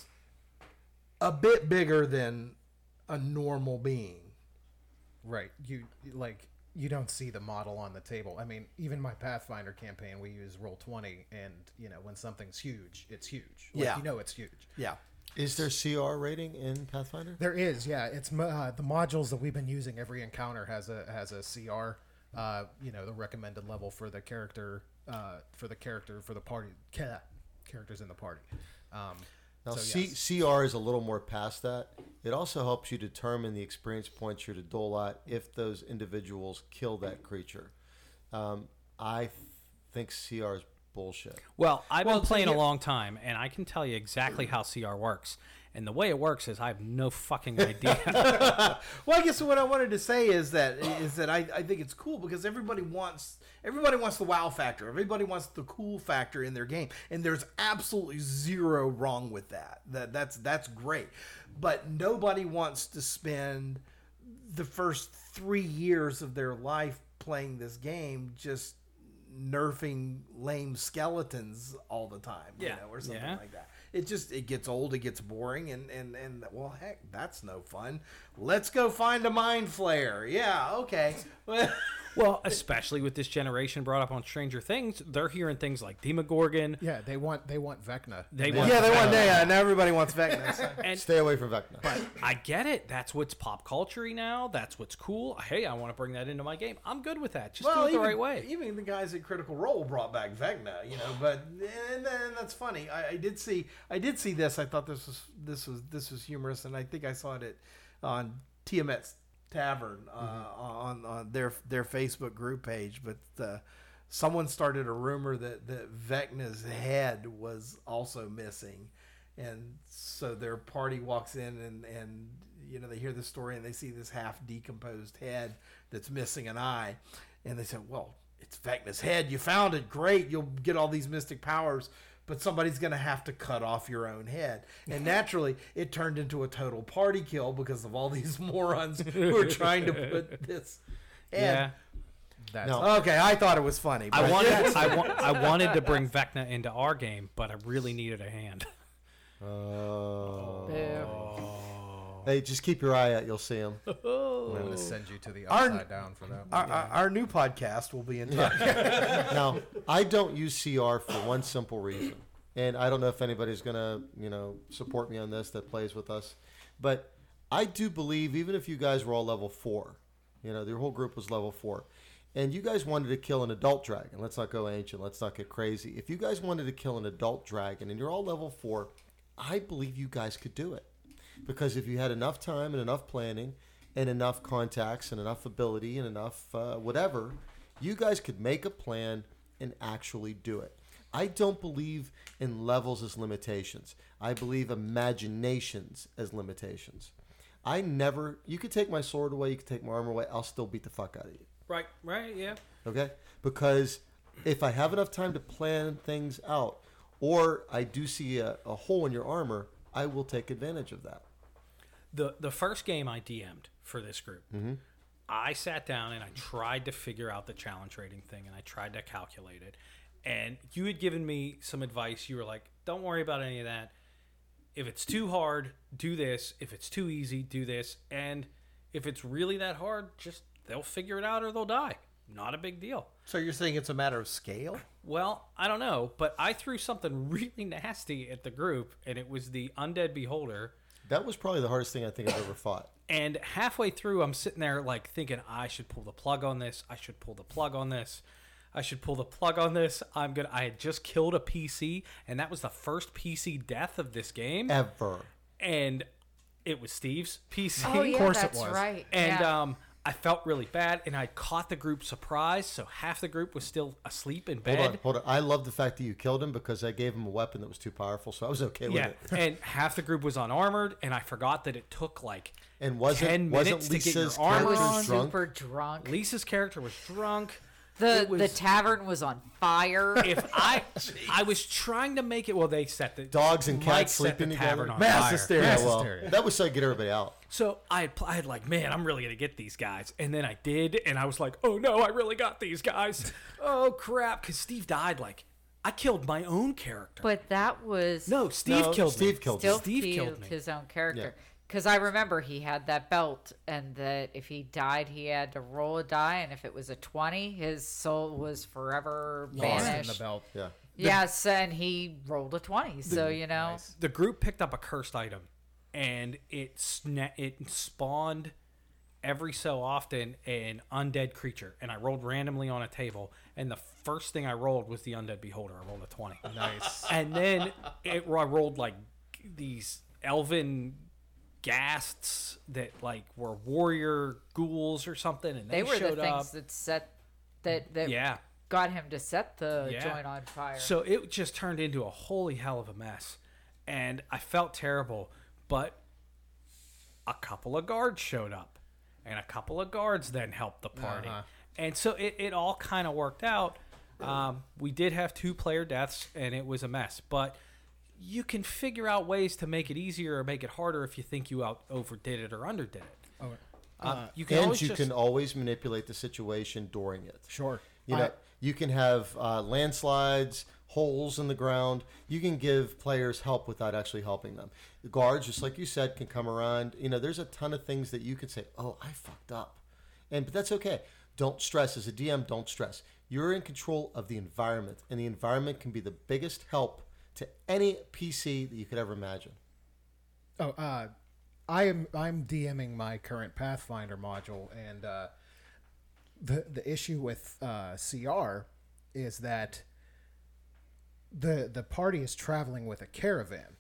B: a bit bigger than a normal being.
D: Right. You like you don't see the model on the table. I mean, even my Pathfinder campaign, we use roll twenty, and you know when something's huge, it's huge. Like,
B: Yeah.
D: You know it's huge.
B: Yeah.
E: Is there CR rating in Pathfinder?
D: There is, yeah. It's mo- uh, the modules that we've been using. Every encounter has a has a CR. Uh, you know, the recommended level for the character, uh, for the character for the party, ca- characters in the party. Um,
E: Now,
D: so,
E: C-
D: yes.
E: CR is a little more past that. It also helps you determine the experience points you're to dole out if those individuals kill that creature. Um, I th- think CR is bullshit.
A: Well, I've
D: Well,
A: been
D: so
A: playing
D: here-
A: a long time, and I can tell you exactly how CR works. And the way it works is I have no fucking idea.
B: Well, I guess what I wanted to say is that is that I, I think it's cool because everybody wants everybody wants the wow factor. Everybody wants the cool factor in their game, and there's absolutely zero wrong with that. That that's that's great, but nobody wants to spend the first three years of their life playing this game just nerfing lame skeletons all the time, you
A: Yeah.
B: know, or something
A: Yeah.
B: like that. It just it gets old, it gets boring, and and and well, heck, that's no fun. Let's go find a mind flare. Yeah, okay. Well,
A: well, especially with this generation brought up on Stranger Things, they're hearing things like Demogorgon.
D: Yeah, they want they want Vecna.
A: They want
B: yeah, they want yeah. Now everybody wants Vecna. so-
E: Stay away from Vecna.
A: I get it. That's what's pop culture now. That's what's cool. Hey, I want to bring that into my game. I'm good with that. Just do it the
B: even,
A: right way.
B: Even the guys at Critical Role brought back Vecna, you know. But and, and that's funny. I, I did see, I did see this. I thought this was this was this was humorous, and I think I saw it at, on Tiamat's Tavern uh,
A: Mm-hmm.
B: on on their their Facebook group page. But uh, someone started a rumor that that Vecna's head was also missing, and so their party walks in and and you know they hear this story and they see this half decomposed head that's missing an eye and they said well it's vecna's head you found it great you'll get all these mystic powers but somebody's going to have to cut off your own head and naturally it turned into a total party kill because of all these morons who are trying to put this
A: yeah.
B: head.
D: That's
E: No.
B: okay i thought it was funny but
A: I wanted I, wa- I wanted to bring Vecna into our game, but I really needed a hand.
E: Oh.
C: Boo.
D: Oh.
E: Hey, just keep your eye out. You'll see him.
D: I'm gonna send you to the
B: Our-
D: upside down for that.
B: our, our, our new podcast will be in touch
E: now, I don't use CR for one simple reason, and I don't know if anybody's gonna, you know, support me on this that plays with us, but I do believe even if you guys were all level four, you know, your whole group was level four, and you guys wanted to kill an adult dragon. Let's not go ancient. Let's not get crazy. If you guys wanted to kill an adult dragon and you're all level four, I believe you guys could do it, because if you had enough time and enough planning. And enough contacts and enough ability and enough uh, whatever, you guys could make a plan and actually do it. I don't believe in levels as limitations. I believe imaginations as limitations. I never, you could take my sword away, you could take my armor away, I'll still beat the fuck out of you.
A: Right, right, yeah.
E: Okay? Because if I have enough time to plan things out, or I do see a, a hole in your armor, I will take advantage of that.
A: The the first game I DM'd for this group, I sat down and I tried to figure out the challenge rating thing and I tried to calculate it. And you had given me some advice. You were like, "Don't worry about any of that. If it's too hard, do this. If it's too easy, do this. And if it's really that hard, just they'll figure it out or they'll die. Not a big deal."
B: so you're saying it's a matter of scale
A: Well, I don't know, but I threw something really nasty at the group, and it was the Undead Beholder.
E: That was probably the hardest thing I think I've ever fought.
A: And halfway through, I'm sitting there like thinking, I should pull the plug on this. I should pull the plug on this. I should pull the plug on this. I'm gonna. I had just killed a PC, and that was the first PC death of this game,
E: Ever.
A: and it was Steve's PC.
C: Oh yeah,
D: course it
C: that's
D: was.
C: right.
A: And
C: yeah.
A: um, I felt really bad, and I caught the group surprised. So half the group was still asleep in bed.
E: Hold on, hold on. I love the fact that you killed him because I gave him a weapon that was too powerful, so I was okay with
A: Yeah,
E: it.
A: and half the group was unarmored, and I forgot that it took like
E: And wasn't-
A: 10
E: wasn't
A: minutes to get your
E: Lisa's
C: I
A: armor
E: character
A: on.
C: was
E: drunk?
C: super drunk.
A: Lisa's character was drunk.
C: The
A: It was-
C: the tavern was on fire.
A: If I I was trying to make it, well, they set the
E: Dogs and
A: Mike
E: cats
A: set
E: sleeping
A: the
E: together.
A: tavern on
B: Mass
A: fire.
B: hysteria.
E: Yeah,
D: Mass
E: well,
D: hysteria.
E: that was so I get everybody out.
A: So I had, pl- I had like, man, I'm really gonna get these guys, and then I did, and I was like, oh no, I really got these guys. oh crap, because Steve died. Like, I killed my own character.
C: but that was
A: no, Steve
E: No,
A: killed me.
E: Steve killed me.
C: still
A: Steve killed
C: killed
A: me.
C: his own character.
E: Yeah.
C: Because I remember he had that belt, and that if he died, he had to roll a die, and if it was a twenty, his soul was forever
D: Lost in
C: banished.
D: the belt.
E: Yeah.
C: Yes, and he rolled a twenty. So you know,
A: the group picked up a cursed item and it sna- it spawned every so often an undead creature and i rolled randomly on a table and the first thing i rolled was the undead beholder i rolled a 20
D: Nice.
A: and then it, i rolled like these elven ghasts that like were warrior ghouls or something and
C: they
A: they,
C: were the
A: showed
C: things
A: up
C: that set that that
A: yeah
C: got him to set the
A: Yeah.
C: joint on fire.
A: So it just turned into a holy hell of a mess. And I felt terrible. But a couple of guards showed up, and a couple of guards then helped the party.
E: Uh-huh.
A: And so it, it all kind of worked out. Um, we did have two player deaths, and it was a mess. But you can figure out ways to make it easier or make it harder if you think you out overdid it or underdid it. Um, you can
E: Oh, uh, and
A: always
E: you
A: just-
E: can always manipulate the situation during it.
D: Sure.
E: You know,
D: I-
E: you can have uh, landslides, holes in the ground. You can give players help without actually helping them. The guards, just like you said, can come around. You know, there's a ton of things that you could say, "Oh, I fucked up," and but that's okay. Don't stress as a DM. Don't stress. You're in control of the environment, and the environment can be the biggest help to any PC that you could ever imagine.
D: Oh, uh, I am I'm DMing my current Pathfinder module, and uh, the the issue with uh, CR is that the the party is traveling with a caravan,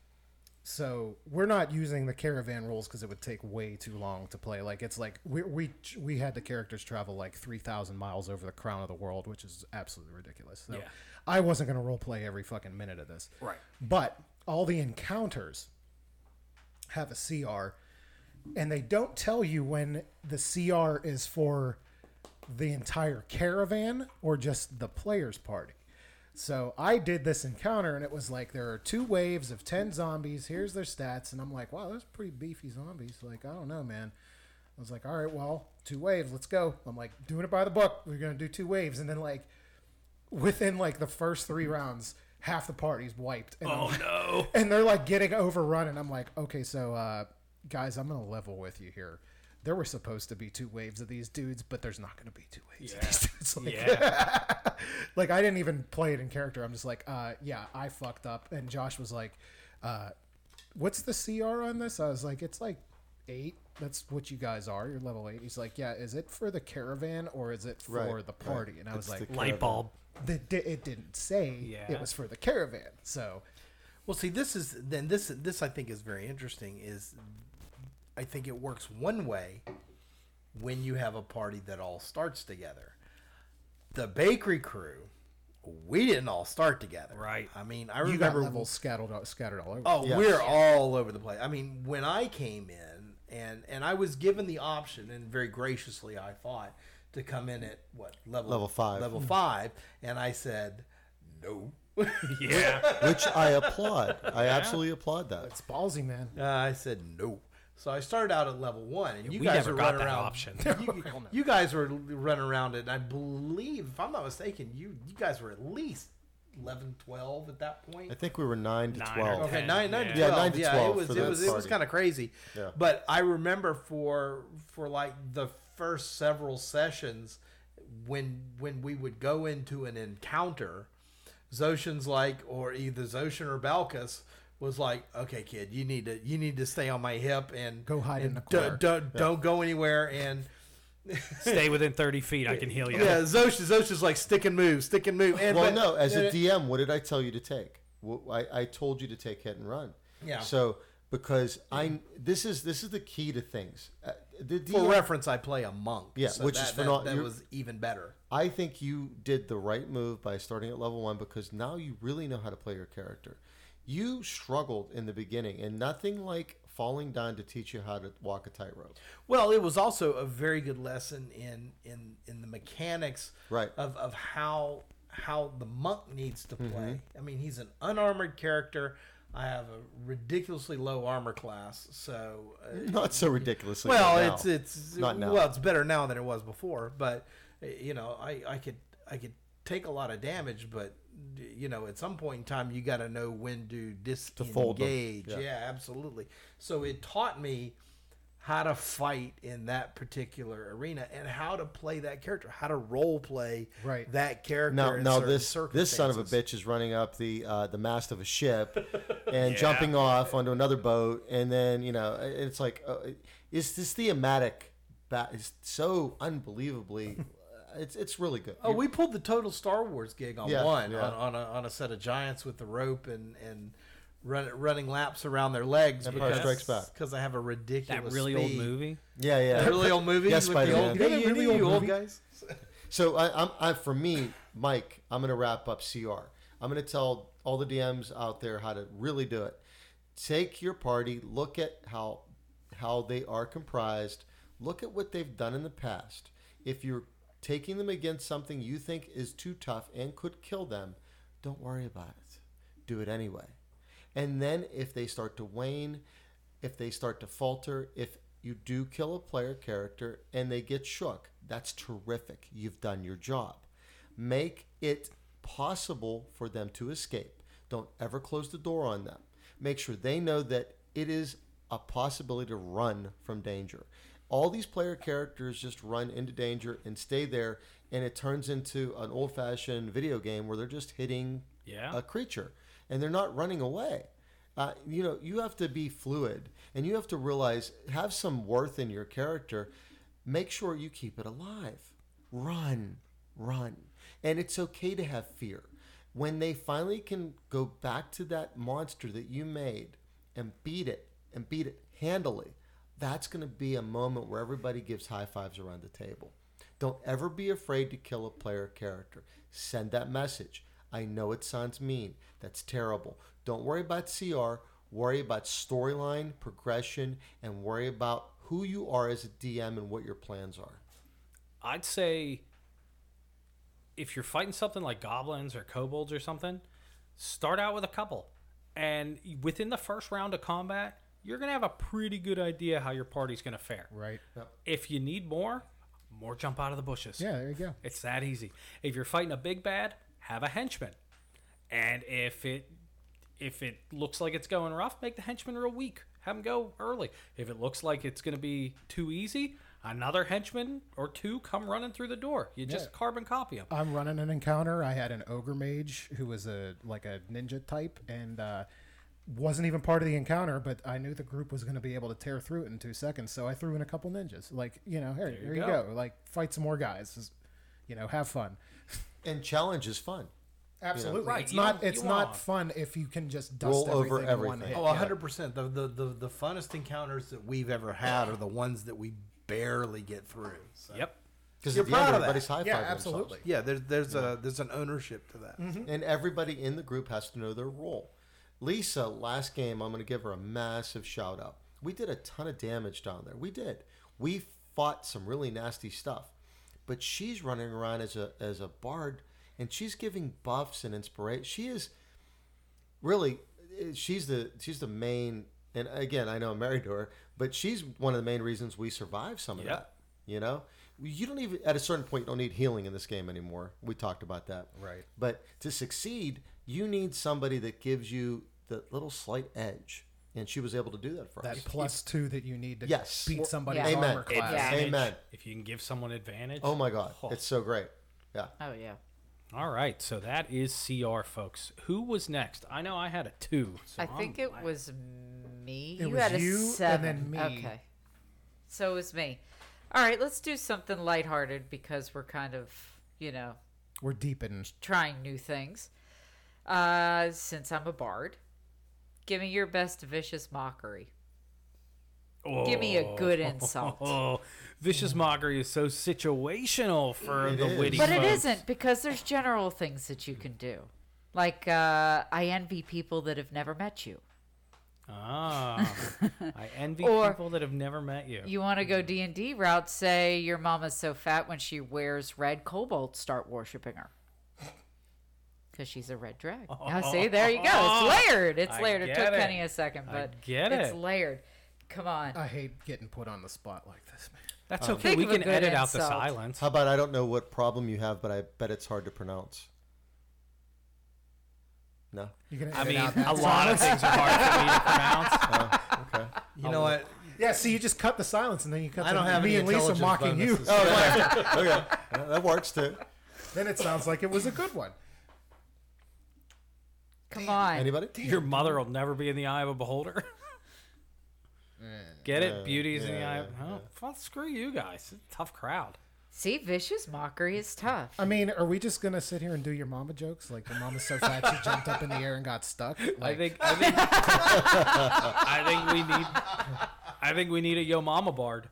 D: so we're not using the caravan rules because it would take way too long to play. Like it's like we we we had the characters travel like three thousand miles over the crown of the world, which is absolutely ridiculous. So
A: Yeah.
D: I wasn't gonna role play every fucking minute of this,
A: Right.
D: But all the encounters have a CR, and they don't tell you when the CR is for the entire caravan or just the player's party. So I did this encounter, and it was like there are two waves of ten zombies. Here's their stats, and I'm like, wow, those are pretty beefy zombies. Like I don't know, man. I was like, all right, well, two waves, let's go. I'm like doing it by the book. We're gonna do two waves, and then like within like the first three rounds, half the party's wiped. And oh no! And they're like getting overrun, and I'm like, okay, so uh, guys, I'm gonna level with you here. There were supposed to be two waves of these dudes, but there's not gonna be two waves of these dudes. Like,
A: Yeah.
D: like I didn't even play it in character. I'm just like, uh, yeah, I fucked up. And Josh was like, uh, what's the CR on this? I was like, it's like eight. That's what you guys are. You're level eight. He's like, yeah. Is it for the caravan or is it for
E: Right,
D: the
E: right.
D: party? And I was
E: It's
D: like,
E: the
A: Light bulb.
D: that di- it didn't say
A: Yeah.
D: it was for the caravan. So
B: Well, see, this is then this this I think is very interesting. Is I think it works one way when you have a party that all starts together. The bakery crew, we didn't all start together,
A: Right.
B: I mean, I
D: you got
B: remember
D: levels scattered all, scattered all over.
B: Oh,
E: Yes.
B: we're all over the place. I mean, when I came in and and I was given the option and very graciously I thought to come in at what level
E: Level five.
B: Level 5 and I said no.
A: Yeah.
E: Which I applaud. I absolutely applaud that.
D: it's ballsy, man.
B: Uh, I said no. So I started out at level one, and you
A: we
B: guys
A: never
B: were
A: got
B: running
A: that
B: around.
A: option.
B: You, you guys were running around it. And I believe, if I'm not mistaken, you you guys were at least 11, 12 at that point.
E: I think we were nine to
A: Nine or
E: twelve.
A: ten.
B: Okay, nine, nine to
E: Yeah,
B: twelve.
E: nine to
B: Yeah,
E: 12
B: it was
E: for
B: it
E: that
B: was it was
E: party.
B: kind of crazy.
E: Yeah.
B: But I remember for for like the first several sessions when when we would go into an encounter, Zoshin's like, or either Zoshin or Balkus was like, "Okay, kid, you need to you need to stay on my hip and
D: Go hide in
B: and
D: the
B: do-
D: corner."
B: do- Don't go anywhere." And
A: Stay within 30 feet. I can heal you.
B: yeah, Zoshin Zoshin's like, "Stick and move, stick and move." And
E: well,
B: but-
E: no, as
B: and
E: a
B: it-
E: DM, what did I tell you to take? Wh- I, I told you to take hit and run.
B: Yeah.
E: So because I this is this is the key to things. Uh, the DM,
B: for reference, I play a monk.
E: Yeah,
B: so
E: which
B: that,
E: is
B: that-
E: phenom-
B: That
E: you're-
B: was even better.
E: I think you did the right move by starting at level one because now you really know how to play your character. You struggled in the beginning, and nothing like falling down to teach you how to walk a tightrope.
B: Well, it was also a very good lesson in in in the mechanics
E: Right.
B: of of how how the monk needs to play. I mean, he's an unarmored character. I have a ridiculously low armor class, so uh,
E: Not so ridiculously.
B: well,
E: right now.
B: it's it's
E: Not now.
B: well, it's better now than it was before. But uh, you know, I I could I could take a lot of damage, but d- you know, at some point in time, you got to know when to
E: fold them.
B: disengage.
E: Yeah.
B: Yeah. absolutely. So it taught me how to fight in that particular arena and how to play that character, how to role play
D: Right.
B: that character.
E: Now,
B: in
E: now
B: certain
E: this this son of a
B: circumstances.
E: bitch is running up the uh, the mast of a ship and jumping off onto another boat, and then you know it- it's like, uh, is this thematic? Ba- is so unbelievably, uh, it's it's really good.
B: Oh, we pulled the total Star Wars gig on
E: Yeah,
B: one
E: yeah.
B: On, on, a, on a set of giants with the rope and and run, running laps around their legs.
E: Empire Strikes Back.
B: because I have a ridiculous
A: That really old
B: speed.
A: movie.
E: yeah, yeah.
B: That really old movie.
E: Yes,
B: with the
E: Spider-Man.
B: old,
D: You know that
B: you-
D: really
B: you
D: old
B: old
D: movie?
B: guys.
E: So I, I'm, I, for me, Mike, I'm going to wrap up CR. I'm going to tell all the DMs out there how to really do it. take your party, look at how how they are comprised, look at what they've done in the past. If you're taking them against something you think is too tough and could kill them, don't worry about it. Do it anyway. And then if they start to wane, if they start to falter, if you do kill a player character and they get shook, that's terrific. You've done your job. Make it possible for them to escape. Don't ever close the door on them. Make sure they know that it is a possibility to run from danger. All these player characters just run into danger and stay there, and it turns into an old fashioned video game where they're just hitting
A: Yeah.
E: a creature and they're not running away. Uh, you know, you have to be fluid and you have to realize, have some worth in your character. Make sure you keep it alive. Run, run. And it's okay to have fear. When they finally can go back to that monster that you made and beat it and beat it handily, that's going to be a moment where everybody gives high fives around the table. Don't ever be afraid to kill a player character. Send that message. I know it sounds mean. That's terrible. Don't worry about CR. Worry about storyline, progression, and worry about who you are as a DM and what your plans are.
A: I'd say if you're fighting something like goblins or kobolds or something, start out with a couple. And within the first round of combat, you're going to have a pretty good idea how your party's going to fare.
D: Right.
A: If you need more, more jump out of the bushes.
D: Yeah, there you go.
A: It's that easy. If you're fighting a big bad, have a henchman. And if it if it looks like it's going rough, make the henchman real weak. Have him go early. If it looks like it's going to be too easy, another henchman or two come running through the door. You just carbon copy them.
D: I'm running an encounter. I had an ogre mage who was a like a ninja type and uh, wasn't even part of the encounter, but I knew the group was going to be able to tear through it in two seconds, so I threw in a couple ninjas. Like you know, here, here you
A: go.
D: go. Like fight some more guys. Just, you know, have fun.
E: And challenge is fun.
D: Absolutely,
A: Right,
D: It's
A: you
D: not.
A: don't-
D: It's
A: you
D: not
A: want-
D: fun if you can just dust
E: Roll
D: everything
E: over
D: in one
E: everything.
D: hit.
B: Oh,
E: Yeah.
B: 100%. The, the, the, the funnest encounters that we've ever had are the ones that we barely get through. So.
A: Yep.
E: Because
B: You're
E: at the
B: proud
E: end,
B: of that.
E: everybody's high fiving.
D: yeah, absolutely.
B: Yeah, there's, there's, A, there's an ownership to that.
A: Mm-hmm.
E: and everybody in the group has to know their role. Lisa, last game, I'm going to give her a massive shout out. We did a ton of damage down there. We did. We fought some really nasty stuff, but she's running around as a as a bard, and she's giving buffs and inspiration. She is really eh, she's the she's the main. And again, I know I'm married to her, but she's one of the main reasons we survived some of
A: Yep.
E: that. You know, you don't even at a certain point you don't need healing in this game anymore. We talked about that.
D: Right.
E: But to succeed, you need somebody that gives you the little slight edge, and she was able to do that for us.
D: That plus two that you need to
E: Yes.
D: beat
E: Well,
D: somebody's
C: Yeah.
E: Amen.
D: armor class.
C: Yeah.
A: Advantage.
E: Amen.
A: If you can give someone advantage.
E: Oh my God, it's so great. Yeah.
C: Oh yeah.
A: All right. So that is CR, folks. Who was next? I know I had a two. So
C: I think
A: I'm-
C: it was me.
D: It
C: you
D: was
C: had a
D: you and then
C: seven.
D: me.
C: Okay. So it was me. All right, let's do something lighthearted because we're kind of, you know,
D: We're deep in.
C: trying new things. Uh, since I'm a bard, give me your best vicious mockery. Give me a good insult.
A: Oh, vicious mockery is so situational for the
E: is.
A: witty.
C: But it
A: folks.
C: isn't because there's general things that you can do. Like uh, I envy people that have never met you.
A: Ah, I envy
C: Or-
A: people that have never met you.
C: You want to go D and D route? Say your mama's so fat when she wears red cobalt, start worshiping her because she's a red drag. Now see, there you go. It's layered. It's
A: Oh. I
C: layered. It
A: get
C: took
A: it.
C: Penny a second,
A: I
C: but
A: get
C: it's
A: it.
C: layered. Come on.
E: Uh,
D: I hate getting put on the spot like this, man.
A: That's okay.
C: Think
A: We
C: of a
A: can
C: good
A: edit out the
C: insult.
A: silence.
E: How about I don't know what problem you have, but I bet it's hard to pronounce. No.
D: You can
A: I
D: edit
A: mean,
D: out
A: a
D: that
A: lot of
D: silence.
A: things are hard for me to pronounce.
E: Okay.
B: You know what?
D: Yeah, see, you just cut the silence and then you cut.
B: I don't
D: the,
B: have
D: me
B: any
D: and Lisa
B: intelligence
D: mocking you.
B: bonuses.
E: Oh, okay. okay. Yeah, Uh, That works too.
D: then it sounds like it was a good one.
C: Come on.
E: Anybody?
A: Your mother will never be in the eye of a beholder. Get it?
E: Yeah,
A: Beauty is in the
E: yeah,
A: eye. Of,
E: yeah,
A: oh, well, screw you guys. It's a tough crowd.
C: See, vicious mockery is tough.
D: I mean, are we just gonna sit here and do your mama jokes? Like your mama's so fat she jumped up in the air and got stuck.
A: I
D: Like,
A: think. I think, I think we need. I think we need a yo mama bard.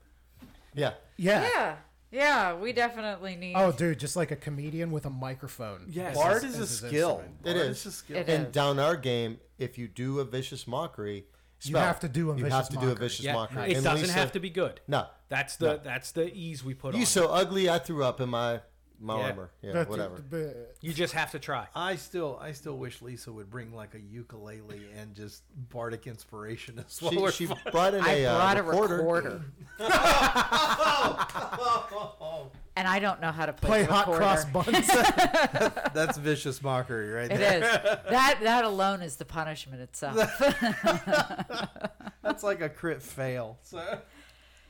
E: Yeah.
D: yeah.
C: Yeah, yeah. We definitely need.
D: Oh, dude, just like a comedian with a microphone.
A: Yes.
B: Bard is
D: This
B: a
D: is
B: skill.
D: instrument.
E: It
B: Bard
E: is.
B: a skill.
C: It
E: and
C: is.
E: down our game, if you do a vicious mockery,
D: You have to do a
E: You
D: vicious
E: have to do a
D: mockery.
E: vicious
A: Yeah,
E: mockery.
A: it
E: And
A: doesn't
E: Lisa-
A: have to be good.
E: No.
A: That's the
E: No.
A: that's the ease we put on.
E: You
A: it.
E: so ugly, I threw up in my my
A: Yeah.
E: armor. Yeah,
F: That's-
E: whatever.
F: but-
A: You just have to try.
B: I still, I still wish Lisa would bring like a ukulele and just bardic inspiration as well.
E: She, she brought in
C: I
E: a, uh,
C: brought
E: recorder.
C: a recorder. and I don't know how to play,
D: Play
C: the
D: hot
C: recorder.
D: cross buns.
B: That's vicious mockery, right
C: It
B: there.
C: is that that alone is the punishment itself.
B: That's like a crit fail. So.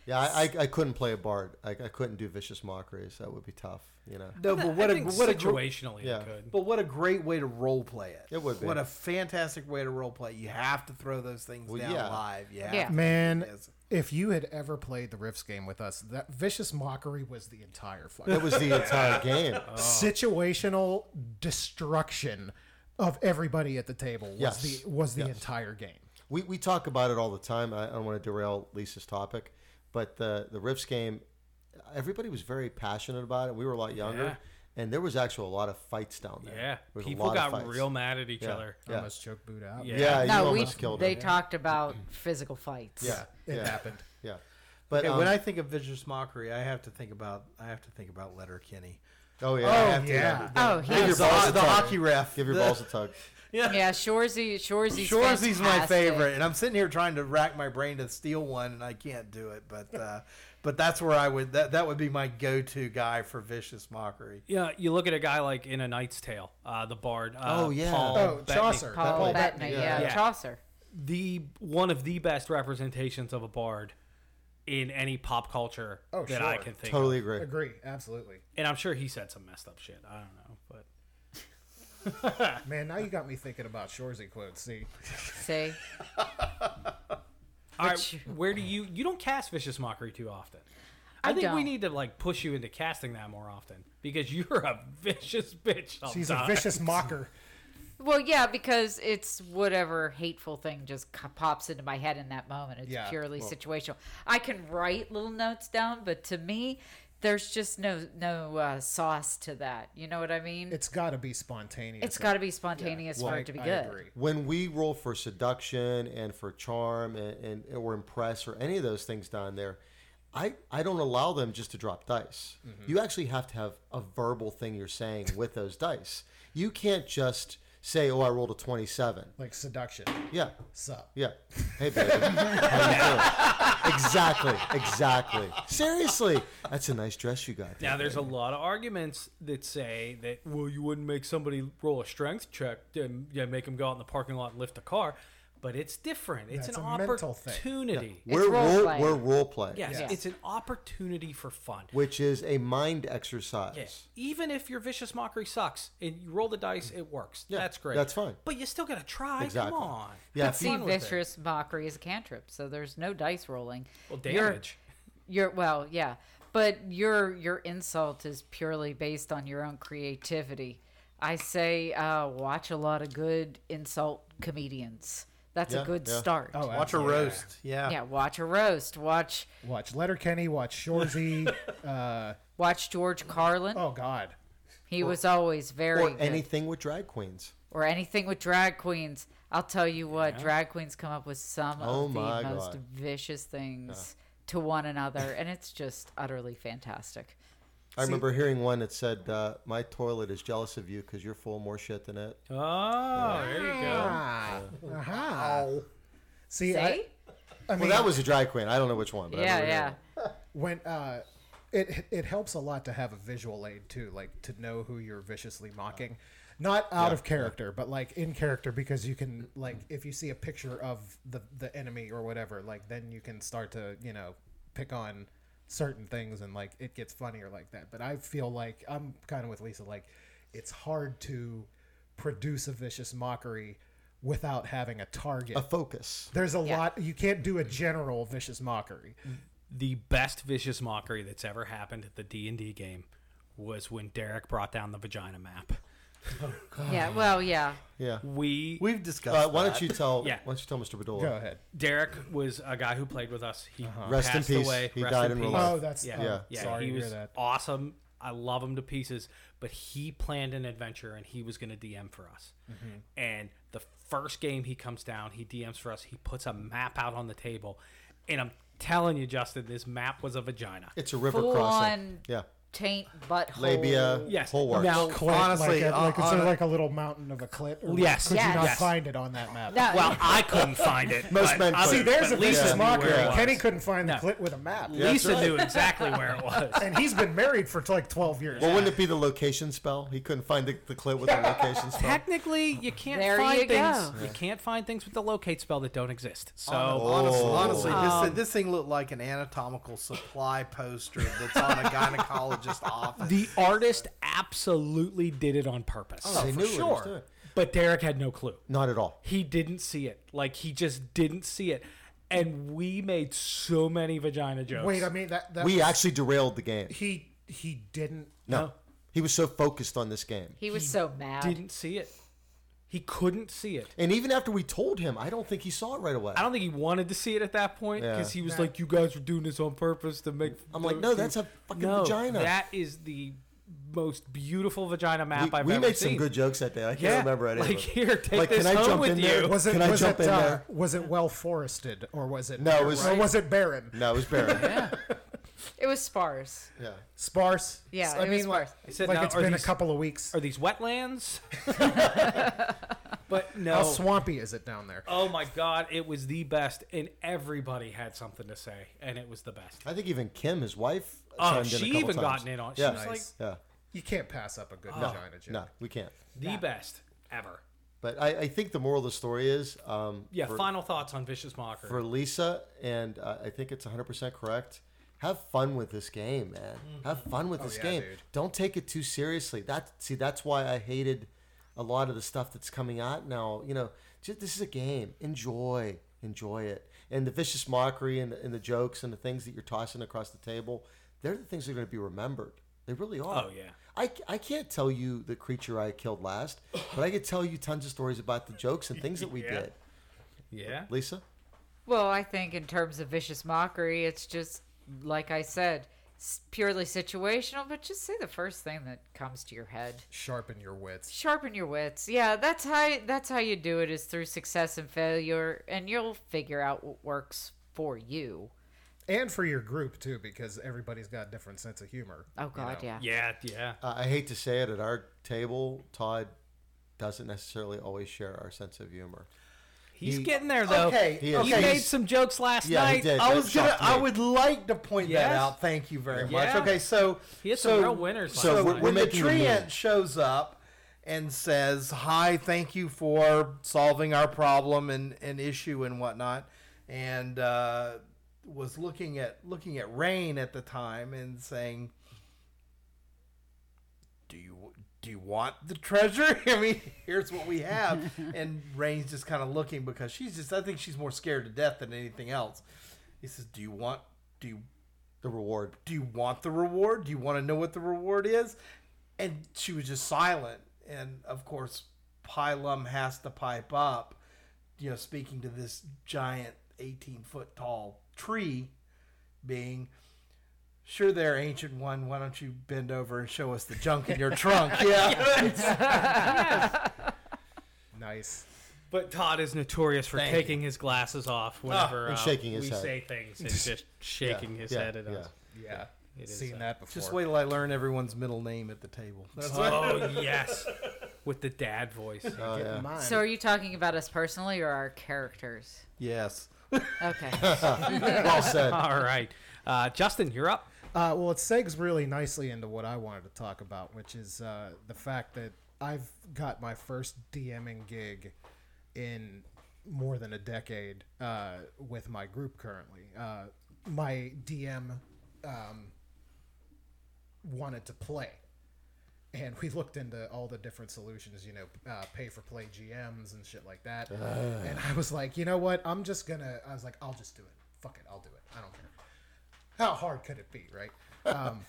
E: Yeah, I, I, I couldn't play a bard. I, I couldn't do vicious mockeries. That would be tough. You know.
B: No, but what
A: I
B: a
A: think
B: what a gr-
A: situationally it
E: Yeah.
A: could.
B: but what a great way to role play it.
E: It would be.
B: What a fantastic way to role play. You have to throw those things
E: Well,
B: down
E: yeah.
B: live. You have
C: Yeah.
B: to-
D: Man,
B: Yes.
D: if you had ever played the Rifts game with us, that vicious mockery was the entire fucking
E: That was the entire game.
D: situational destruction of everybody at the table was
E: Yes.
D: the was the entire game.
E: We, we talk about it all the time. I, I don't want to derail Lisa's topic, but the the Rifts game, everybody was very passionate about it. We were a lot younger,
A: Yeah.
E: and there was actually a lot of fights down there.
A: Yeah,
E: There was a
A: people
E: lot
A: got
E: of fights.
A: real mad at each
E: Yeah.
A: other.
E: Yeah,
D: Almost choked boot out.
A: Yeah.
E: yeah. you
C: no, we
E: almost killed
C: they
E: him.
C: talked about physical fights.
E: Yeah,
D: It
E: yeah,
D: happened.
E: yeah. But
B: Okay,
E: um,
B: when I think of vicious mockery, I have to think about I have to think about Letter Kenny.
E: oh yeah,
D: Oh,
E: I have to-
D: yeah.
C: Oh,
E: Give
C: he
E: your
B: The,
E: balls a
B: the
E: tug.
B: hockey ref.
E: Give your
B: The-
E: balls a tug.
C: yeah, Shorzy Shorzy's
B: Shorzy's my
C: fantastic.
B: favorite, and I'm sitting here trying to rack my brain to steal one, and I can't do it. But uh, but that's where I would that that would be my go-to guy for vicious mockery.
A: Yeah, you look at a guy like in A Knight's Tale, uh, the bard. Uh,
E: Oh, yeah.
A: Paul
D: Oh,
A: Bettany.
D: Chaucer.
C: Paul
D: Paul
C: Bettany, yeah.
A: Yeah.
C: Chaucer.
A: the one of the best representations of a bard in any pop culture
D: Oh,
A: that I
D: sure.
A: can think.
E: Totally
A: of.
E: agree.
D: Agree, absolutely.
A: And I'm sure he said some messed up shit. I don't know, but
D: Man, now you got me thinking about Shorzy quotes. See,
C: See,
A: all right, where do you you don't cast vicious mockery too often? I,
C: I
A: think we
C: don't.
A: need to like push you into casting that more often because you're a vicious bitch. Sometimes.
D: she's a vicious mocker.
C: well, yeah, because it's whatever hateful thing just co- pops into my head in that moment. It's
D: Yeah,
C: purely situational. I can write little notes down, but to me, there's just no no uh, sauce to that. You know what I mean?
D: It's got to be spontaneous.
C: it's got to be spontaneous for
D: I-
C: it to be
D: I
C: good.
D: agree.
E: when we roll for seduction and for charm and, and or impress or any of those things down there I, I don't allow them just to drop dice.
A: Mm-hmm.
E: You actually have to have a verbal thing you're saying with those dice. You can't just say, "Oh, I rolled a 27."
D: Like seduction.
E: Yeah,
D: Sup?
E: yeah. Hey, baby, how you doing? Exactly, exactly. Seriously, that's a nice dress you got.
A: Now, there's a lot of arguments that say that, well, you wouldn't make somebody roll a strength check and yeah, make them go out in the parking lot and lift a car, but it's different. It's
D: That's
A: an
D: a mental thing.
A: opportunity.
E: we're
C: role
E: role,
C: playing.
E: we're role playing,
A: Yes,
C: Yes.
A: it's an opportunity for fun.
E: which is a mind exercise.
A: Yeah. Even if your vicious mockery sucks and you roll the dice, it works.
E: Yeah,
A: that's great.
E: that's fine. But
A: But you still got to try.
E: Exactly.
A: Come on.
E: Yeah,
A: Have
E: if
C: See,
A: fun with it.
C: vicious mockery is a cantrip, so there's no dice rolling.
A: Well,
C: You're-
A: damage.
C: Your well, yeah, but your your insult is purely based on your own creativity. I say, uh, watch a lot of good insult comedians. That's
E: Yeah,
C: a good
E: yeah.
C: start.
D: Oh,
B: Watch a
D: absolutely.
B: roast, yeah.
C: yeah, watch a roast. Watch
D: Watch Letterkenny. Watch Shorzy. uh,
C: watch George Carlin.
D: oh God.
C: he was always very
E: or
C: good.
E: anything with drag queens.
C: or anything with drag queens. I'll tell you what, drag queens come up with some
E: Oh
C: of
E: my
C: the most
E: God.
C: vicious things to one another, and it's just utterly fantastic.
E: I remember hearing one that said, uh, "My toilet is jealous of you because you're full of more shit than it."
A: Oh, there you go.
D: Ah. Uh-huh. See,
C: See?
D: I, I
E: Well,
D: mean,
E: that was a dry queen. I don't know which one, but I
C: yeah,
E: remember
C: yeah.
E: hearing
D: when uh, it it helps a lot to have a visual aid too, like to know who you're viciously mocking, not out of character, but like in character because you can like if you see a picture of the the enemy or whatever, like then you can start to you know pick on certain things and like it gets funnier like that. But I feel like I'm kind of with Lisa, like it's hard to produce a vicious mockery without having a target.
E: A focus.
D: There's a
C: Yeah.
D: lot you can't do a general vicious mockery.
A: The best vicious mockery that's ever happened at the D and D game was when Derek brought down the vagina map.
C: Yeah, well, yeah.
E: Yeah.
A: We
B: We've discussed.
E: Uh, why
B: that.
E: don't you tell?
A: Yeah.
E: Why don't you tell Mr. Bedola?
D: Go ahead.
A: Derek was a guy who played with us. He
E: Uh-huh. Rest in
A: passed
E: peace.
A: away.
E: He
A: Rest in
E: died in real
A: peace.
E: life.
D: Oh, that's
A: yeah,
D: oh,
E: Yeah.
A: yeah.
D: Sorry
A: he
D: to
A: was
D: hear that.
A: awesome. I love him to pieces, but he planned an adventure and he was going to DM for us.
D: Mm-hmm.
A: And the first game he comes down, he DMs for us. He puts a map out on the table, and I'm telling you, Justin, this map was a vagina.
E: It's a river
C: Full
E: crossing.
C: on
E: Yeah.
C: taint, butthole,
E: Labia.
A: Yes.
E: Whole works.
A: Now, uh,
D: Clip,
F: honestly,
D: like, a, like it's
F: on-
D: sort of
F: on-
D: like a little mountain of a clip. Or
A: Yes.
D: could
C: Yes.
D: you not
A: Yes.
D: find it on that map?
C: No,
A: Well, I couldn't find it.
E: Most
A: but
E: men
A: I-
E: couldn't.
D: See, there's
A: but
D: a piece
A: Lisa
D: of
A: knew where
D: mockery.
A: it was.
D: Kenny couldn't find
A: No.
D: the clip with a map,
E: That's
A: Lisa
E: right.
A: knew exactly where it was.
D: and he's been married for like 12 years.
E: Well, wouldn't it be the location spell? He couldn't find the, the clip with the location spell.
A: Technically, you can't
C: There
A: find
C: you
A: things.
C: go.
A: You can't find things with the locate spell that don't exist. So
E: Oh.
B: Honestly, honestly this, this thing looked like an anatomical supply poster that's on a gynecologist office.
A: the artist absolutely did it on purpose.
E: They knew what he was doing.
A: But Derek had no clue.
E: Not at all.
A: He didn't see it. Like he just didn't see it. And we made so many vagina jokes.
D: Wait, I mean that. that
E: We
D: was-
E: actually derailed the game.
D: he he didn't.
E: No. He was so focused on this game.
C: he was so mad.
A: didn't see it. He couldn't see it.
E: And even after we told him, I don't think he saw it right away.
A: I don't think he wanted to see it at that point because
E: Yeah.
A: he was like, "You guys were doing this on purpose to make."
E: I'm like, no, that's a fucking vagina.
A: That is the most beautiful vagina map
E: we,
A: I've
E: we
A: ever
E: made
A: seen.
E: some good jokes that day. I can't
A: Yeah,
E: remember any
A: like,
E: of them.
A: here, take
E: Like,
A: this
E: can I
A: home
E: jump
A: with
E: in
A: you.
E: there?
D: Was it
E: can I
D: was
E: jump
D: it
E: in
D: uh,
E: there?
D: was it well forested or was it
E: No, it
D: barren?
E: was-
D: or was it barren?
E: No, it was Barry. yeah.
C: It was sparse.
D: Sparse.
C: Yeah,
D: I
C: it
D: mean,
C: was
D: like,
C: sparse.
A: I said,
D: like
A: now,
D: it's
A: are
D: been
A: these-
D: a couple of weeks.
A: Are these wetlands? but no.
D: How swampy is it down there?
A: oh my god, it was the best, and everybody had something to say, and it was the best.
E: I think even Kim, his wife,
A: Oh,
E: chimed in a
A: she
E: couple
A: even
E: times.
A: gotten in on. She
E: Yeah.
A: was like
E: yeah.
D: You can't pass up a good vagina joke.
E: No, we can't.
A: the best ever.
E: But I, I think the moral of the story is um,
A: Yeah.
E: for,
A: final thoughts on vicious mockery.
E: for Lisa, and uh, I think it's 100% correct. Have fun with this game, man.
A: Mm-hmm.
E: Have fun with this
D: Oh, yeah,
E: game.
D: dude.
E: Don't take it too seriously. That see, that's why I hated a lot of the stuff that's coming out now. You know, just this is a game. Enjoy, enjoy it. And the vicious mockery and, and the jokes and the things that you're tossing across the table, they're the things that are going to be remembered. They really are.
A: Oh, yeah.
E: I, I can't tell you the creature I killed last, but I could tell you tons of stories about the jokes and things that we did.
A: yeah.
E: Lisa,
C: Well, I think in terms of vicious mockery, it's just like I said, s- purely situational. But just say the first thing that comes to your head.
D: Sharpen your wits.
C: Sharpen your wits. Yeah, that's how that's how you do it is through success and failure, and you'll figure out what works for you.
D: And for your group too, because everybody's got a different sense of humor.
C: Oh God, yeah.
A: Yeah. Yeah.
E: uh, I hate to say it, at our table, Todd doesn't necessarily always share our sense of humor.
A: He's
E: He-
A: getting there though.
B: Okay,
A: He,
E: He is. okay.
A: made some jokes last
E: Yeah, he
A: night.
E: did.
A: Oh,
B: I was
E: That
B: gonna.
E: shocked
B: I
E: me.
B: would like to point
A: Yes.
B: that out. Thank you very
A: Yeah.
B: much. Okay, so
A: He had some
B: so,
A: real winners
B: So
A: last
B: when
A: night.
E: We're
B: the
E: making the
B: tree
E: move.
B: ant shows up and says, "Hi, thank you for solving our problem and, and issue and whatnot," and uh, was looking at looking at rain at the time and saying, "Do you?" Do you want the treasure? I mean, here's what we have. And Rain's just kind of looking because she's just, I think she's more scared to death than anything else. He says, Do you want, do you,
E: The reward.
B: do you want the reward? Do you want to know what the reward is? And she was just silent. And of course, Pylum has to pipe up, you know, speaking to this giant 18 foot tall tree being. Sure, there, ancient one. Why don't you bend over and show us the junk in your trunk? Yeah.
D: Nice.
A: But Todd is notorious for taking his glasses off whenever
E: Ah, and
A: uh,
E: shaking his
A: we
E: head.
A: say things and just shaking his
E: yeah,
A: head at
E: yeah.
A: us.
D: Yeah.
A: It is,
D: Seen
A: uh,
D: that before.
B: Just wait till I learn everyone's middle name at the table. That's what-
A: Oh yes, with the dad voice.
B: uh,
E: Oh, yeah.
D: Mine.
C: So are you talking about us personally or our characters?
B: Yes.
C: Okay.
E: Well said.
A: All right, uh, Justin, you're up.
D: Uh, well, it segs really nicely into what I wanted to talk about, which is uh, the fact that I've got my first DMing gig in more than a decade uh, with my group currently. Uh, my DM um, wanted to play. And we looked into all the different solutions, you know, uh, pay for play GMs and shit like that. and I was like, you know what? I'm just gonna. I was like, I'll just do it. Fuck it, I'll do it. I don't care. How hard could it be, right? Um,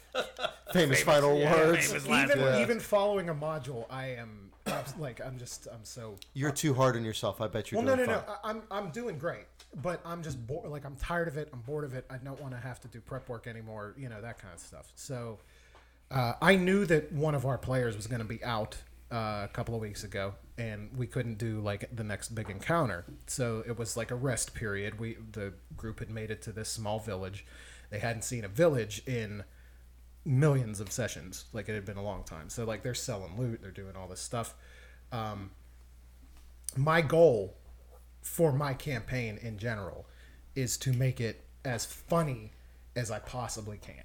E: famous, final words.
D: even even following a module, I am abs- like, I'm just, I'm so.
E: You're too hard on yourself. I bet you're
D: Well, no, no,
E: doing
D: no.
E: fine.
D: I- I'm I'm doing great, but I'm just bored. Like, I'm tired of it. I'm bored of it. I don't want to have to do prep work anymore. You know that kind of stuff. So, uh, I knew that one of our players was going to be out uh, a couple of weeks ago, and we couldn't do like the next big encounter. So it was like a rest period. We the group had made it to this small village. They hadn't seen a village in millions of sessions. Like it had been a long time. So like they're selling loot. They're doing all this stuff. Um, my goal for my campaign in general is to make it as funny as I possibly can.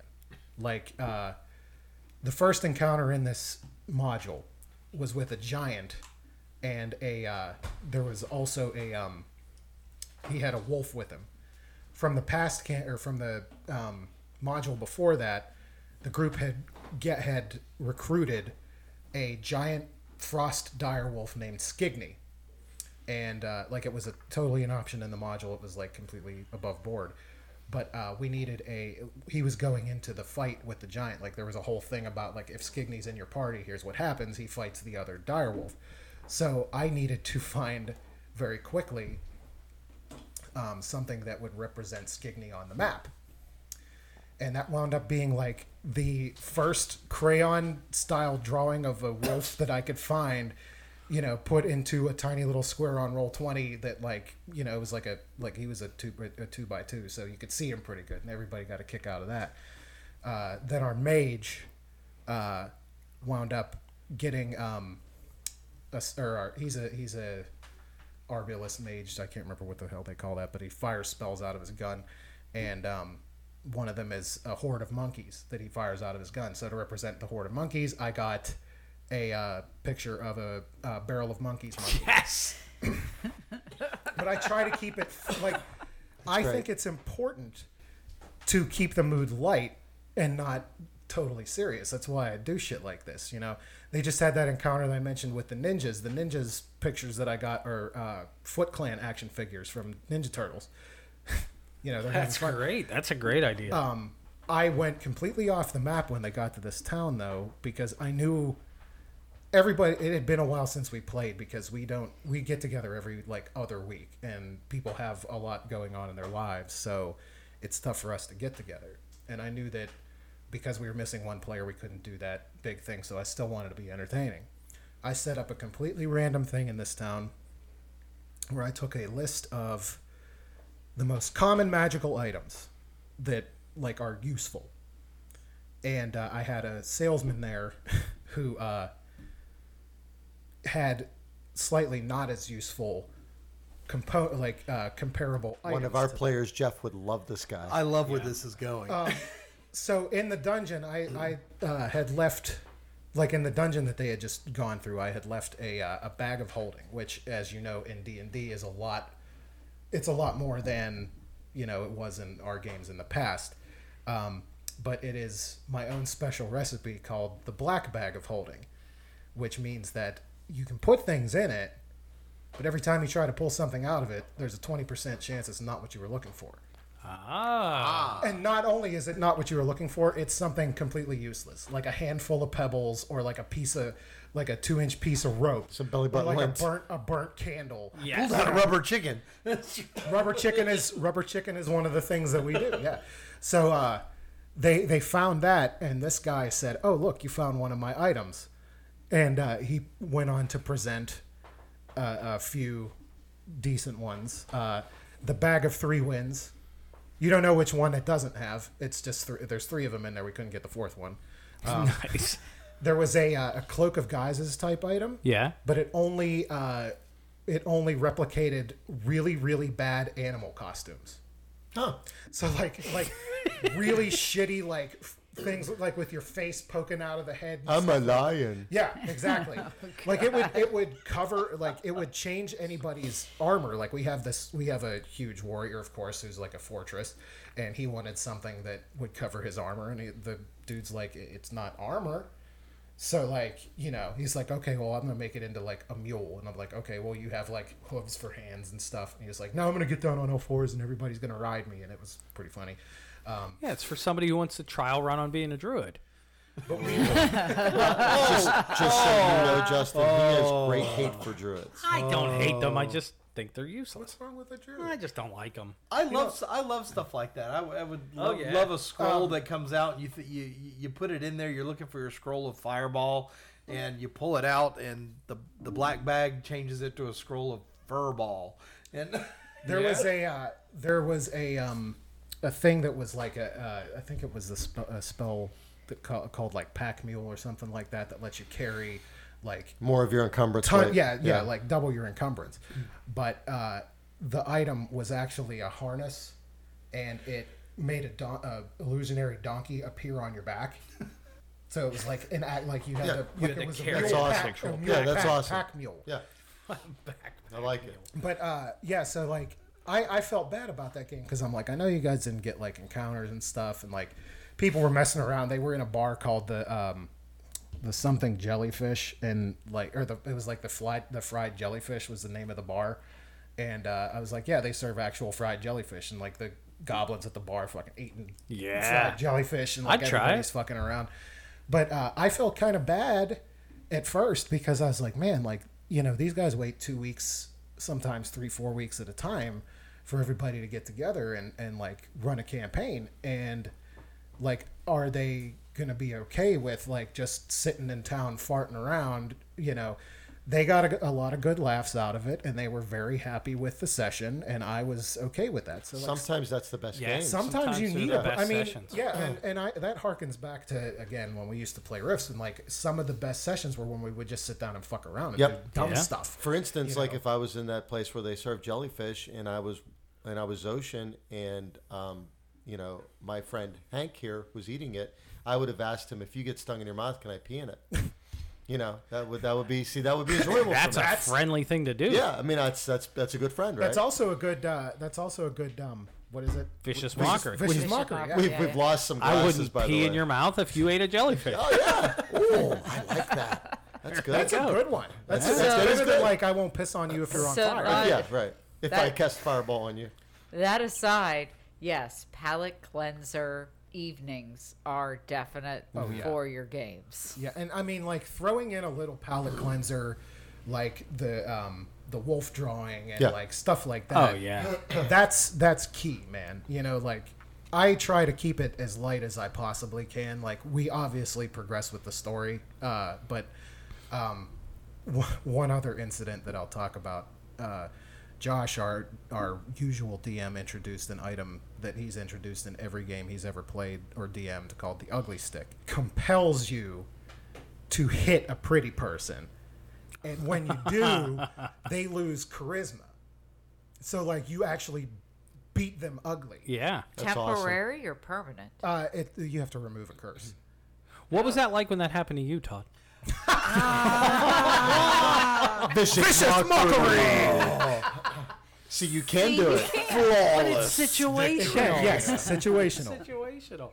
D: Like uh, the first encounter in this module was with a giant, and a uh, there was also a um, he had a wolf with him. From the past can or from the um, module before that, the group had get had recruited a giant frost direwolf named Skigney and uh, like it was a totally an option in the module. It was like completely above board, but uh, we needed a. He was going into the fight with the giant. Like there was a whole thing about like if Skigney's in your party, here's what happens. He fights the other direwolf. So I needed to find very quickly um, something that would represent Skigney on the map and that wound up being like the first crayon style drawing of a wolf that I could find, you know, put into a tiny little square on roll twenty that like you know it was like a like he was a two a two by two, so you could see him pretty good, and everybody got a kick out of that. Uh, then our mage uh, wound up getting um, a, s- or our, he's a he's a arbalist mage. I can't remember what the hell they call that, but he fires spells out of his gun, and um, one of them is a horde of monkeys that he fires out of his gun. So to represent the horde of monkeys, I got a uh, picture of a uh, barrel of monkeys. Monkey.
A: Yes.
D: but I try to keep it like I think it's important to keep the mood light and not totally serious. That's why I do shit like this. You know, they just had that encounter that I mentioned with the ninjas. The ninjas pictures that I got are uh, Foot Clan action figures from Ninja Turtles. you know, they're having
A: That's
D: fun.
A: great. That's a great idea.
E: Oh.
D: Um, I went completely off the map when they got to this town, though, because I knew everybody. It had been a while since we played because we don't we get together every like other week, and people have a lot going on in their lives, so it's tough for us to get together. And I knew that because we were missing one player, we couldn't do that big thing. So I still wanted to be entertaining. I set up a completely random thing in this town where I took a list of the most common magical items that like are useful. And uh, I had a salesman there who uh, had slightly not as useful compo- like uh, comparable
E: One
D: items
E: of our
D: to-
E: players, Jeff, would love this guy.
B: I love where this is going.
D: so in the dungeon i i uh, had left like in the dungeon that they had just gone through i had left a uh, a bag of holding which as you know in d&d is a lot it's a lot more than you know it was in our games in the past um, but it is my own special recipe called the black bag of holding which means that you can put things in it but every time you try to pull something out of it there's a 20% chance it's not what you were looking for
A: ah.
D: and not only is it not what you were looking for, it's something completely useless, like a handful of pebbles or like a piece of, like a two-inch piece of rope,
E: Some belly
D: Or
E: button
D: like
E: lint.
D: a burnt a burnt candle.
A: Yes.
B: Not a rubber chicken.
D: Rubber chicken is rubber chicken is one of the things that we do. Yeah, so uh, they they found that, and this guy said, "Oh, look, you found one of my items," and uh, he went on to present uh, a few decent ones. Uh, the bag of three wins. You don't know which one it doesn't have. It's just thr there's three of them in there. We couldn't get the fourth one.
E: Ah.
A: Nice.
D: There was a, uh, a cloak of guises type item.
A: Yeah.
D: But it only uh, it only replicated really really bad animal costumes.
E: Huh.
D: So like like really shitty like f- things like with your face poking out of the head. and
E: I'm a lion.
D: yeah, exactly. like it would it would cover like it would change anybody's armor. Like we have this we have a huge warrior of course who's like a fortress and he wanted something that would cover his armor and he, the dude's like "It- it's not armor. So like, you know, he's like, "Okay, well, I'm going to make it into like a mule." And I'm like, "Okay, well, you have like hooves for hands and stuff." And he was like, "No, I'm going to get down on all fours and everybody's going to ride me." And it was pretty funny. Um,
A: Yeah, it's for somebody who wants a trial run on being a druid.
E: Oh. Just so you know, Justin, he has great hate for druids. Oh.
A: I don't hate them. I just think they're useless.
F: What's wrong with a jury?
A: I just don't like them.
B: I love s- I love stuff like that. I, w- I would
A: Oh,
B: love,
A: yeah.
B: love a scroll
A: Um,
B: that comes out and you th- you you you put it in there. You're looking for your scroll of fireball, and you pull it out, and the the black bag changes it to a scroll of furball. And
D: There
A: Yeah.
D: was a uh, there was a um, a thing that was like a uh, I think it was the sp- a spell that ca- called like pack mule or something like that that lets you carry like
E: More of your encumbrance.
D: ton
E: weight.
D: yeah, yeah like double your encumbrance, but uh, the item was actually a harness, and it made a, don- a illusionary donkey appear on your back. So it was like an act like you had
E: Yeah.
D: to
A: had
D: like
A: to
D: it was a
A: carry
D: mule
A: it.
E: That's
D: pack,
E: awesome.
D: a mule
E: Yeah, that's
D: pack,
E: awesome.
D: Pack mule.
E: yeah. I like it.
D: But uh, yeah, so like I, I felt bad about that game because I'm like I know you guys didn't get like encounters and stuff, and like people were messing around. They were in a bar called the um, the something jellyfish, and like or the it was like the fly the fried jellyfish was the name of the bar, and uh, I was like yeah they serve actual fried jellyfish, and like the goblins at the bar fucking eating
A: Yeah.
D: fried jellyfish and like
A: I'd try
D: everybody's
A: it.
D: fucking around. But uh, I felt kind of bad at first because I was like, man, like you know, these guys wait two weeks, sometimes three, four weeks at a time, for everybody to get together and and like run a campaign. And like, are they gonna be okay with like just sitting in town farting around? You know. They got a, a lot of good laughs out of it, and they were very happy with the session, and I was okay with that. So like,
E: Sometimes that's the best
A: Yeah,
E: game.
A: some-
D: sometimes, you
A: Sometimes they're
D: need
A: the
D: a.
A: best
D: I mean,
A: sessions.
D: yeah, and, and I that harkens back to again when we used to play riffs and like some of the best sessions were when we would just sit down and fuck around and
E: Yep.
D: do dumb
A: Yeah.
D: stuff.
E: For instance, like if I was in that place where they serve jellyfish and I was and I was ocean and um, you know, my friend Hank here was eating it, I would have asked him if you get stung in your mouth, can I pee in it? you know, that would that would be see that would be enjoyable.
A: That's
E: for
A: a
E: me.
A: friendly thing to do.
E: Yeah, I mean that's that's that's a good friend, right?
D: That's also a good. Uh, that's also a good. Um, what is it?
A: Vicious mockery.
D: Vicious,
C: Vicious
D: mockery.
C: mockery.
D: yeah.
E: We've,
C: Yeah,
E: we've
C: yeah.
E: lost some
A: I
E: glasses
A: wouldn't
E: by the
A: pee
E: way.
A: in your mouth if you ate a jellyfish.
E: Oh, I like that. That's good.
D: That's a good one. That's, a,
E: That's-
D: that's
E: that is
D: better than
E: good.
D: like I won't piss on you if you're on
C: So,
D: fire.
C: uh,
E: yeah, right. If I
C: That-
E: cast fireball on you.
C: That aside, yes, palate cleanser evenings are definite
E: Oh,
D: yeah.
C: for your games.
D: Yeah, and I mean, like throwing in a little palate cleanser, like the um, the wolf drawing and
E: Yeah.
D: like stuff like that.
A: Oh, yeah.
D: that's that's key, man. You know, like I try to keep it as light as I possibly can. Like we obviously progress with the story, uh, but um, w- one other incident that I'll talk about. Uh, Josh, our our usual DM, introduced an item that he's introduced in every game he's ever played or DM'd called the Ugly Stick. Compels you to hit a pretty person, and when you do, they lose charisma. So like you actually beat them ugly.
A: yeah.
E: That's awesome.
C: Temporary or permanent?
D: Uh, it, you have to remove a curse.
A: What was that like when that happened to you, Todd?
E: Vicious, Oh, See, you can do it. Flawless.
A: Situational.
D: yes, situational.
A: Situational.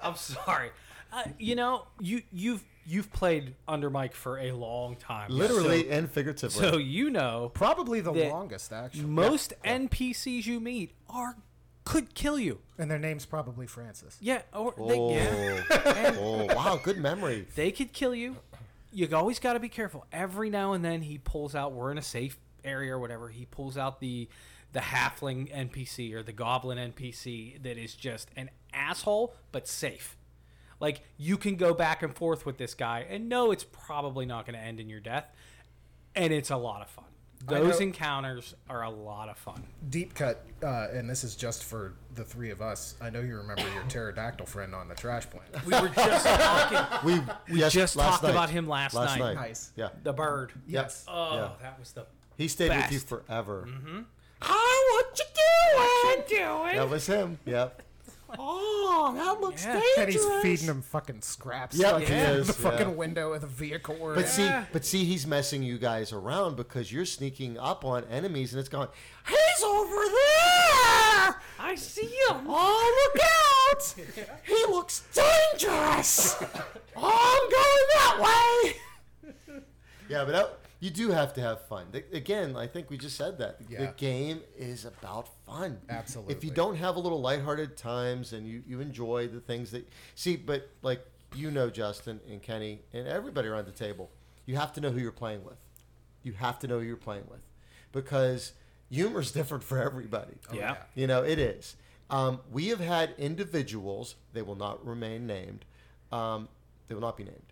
A: I'm sorry. Uh, you know, you you've you've played under Mike for a long time.
E: Literally and figuratively.
A: So, so you know
D: Probably the
A: The-
D: longest actually,
A: most NPCs you meet are could kill you.
D: and their name's probably Francis.
A: Yeah, or
E: oh.
A: they, yeah,
E: oh, wow, good memory.
A: they could kill you. You always got to be careful. Every now and then he pulls out. We're in a safe area or whatever. He pulls out the the halfling NPC or the goblin NPC that is just an asshole but safe. Like you can go back and forth with this guy and know it's probably not going to end in your death, and it's a lot of fun. Those
D: know-
A: encounters are a lot of fun.
D: Deep cut, uh, and this is just for the three of us. I know you remember your pterodactyl friend on the trash planet.
A: We were just talking
E: We, yes,
A: just
E: last
A: talked
E: night.
A: about him last
E: last
A: night.
E: night.
D: Nice.
E: Yeah.
A: the bird.
D: Yes.
A: Oh,
E: Yeah.
A: that was the.
E: He stayed with you
A: Best. Mm-hmm.
E: forever.
A: Oh, what you doing? What you
E: That was him. Yeah.
A: Oh, that looks
D: Yeah. And he's feeding him fucking scraps.
E: Yeah,
D: like,
E: he
D: in
E: is,
D: The fucking
E: yeah.
D: window of the vehicle. Or
E: But see, but see, he's messing you guys around because you're sneaking up on enemies, and it's going. He's over there.
A: I see him.
E: Oh, look out! He looks dangerous! Oh, I'm going that way! yeah, but that, you do have to have fun. The- again, I think we just said that.
D: Yeah.
E: The game is about fun. If
D: Absolutely.
E: you don't have a little lighthearted times and you, you enjoy the things that. See, but like you know, Justin and Kenny and everybody around the table, you have to know who you're playing with. You have to know who you're playing with because humor's different for everybody.
D: Oh,
A: yeah.
E: You know, it is. Um, we have had individuals, they will not remain named, um, they will not be named.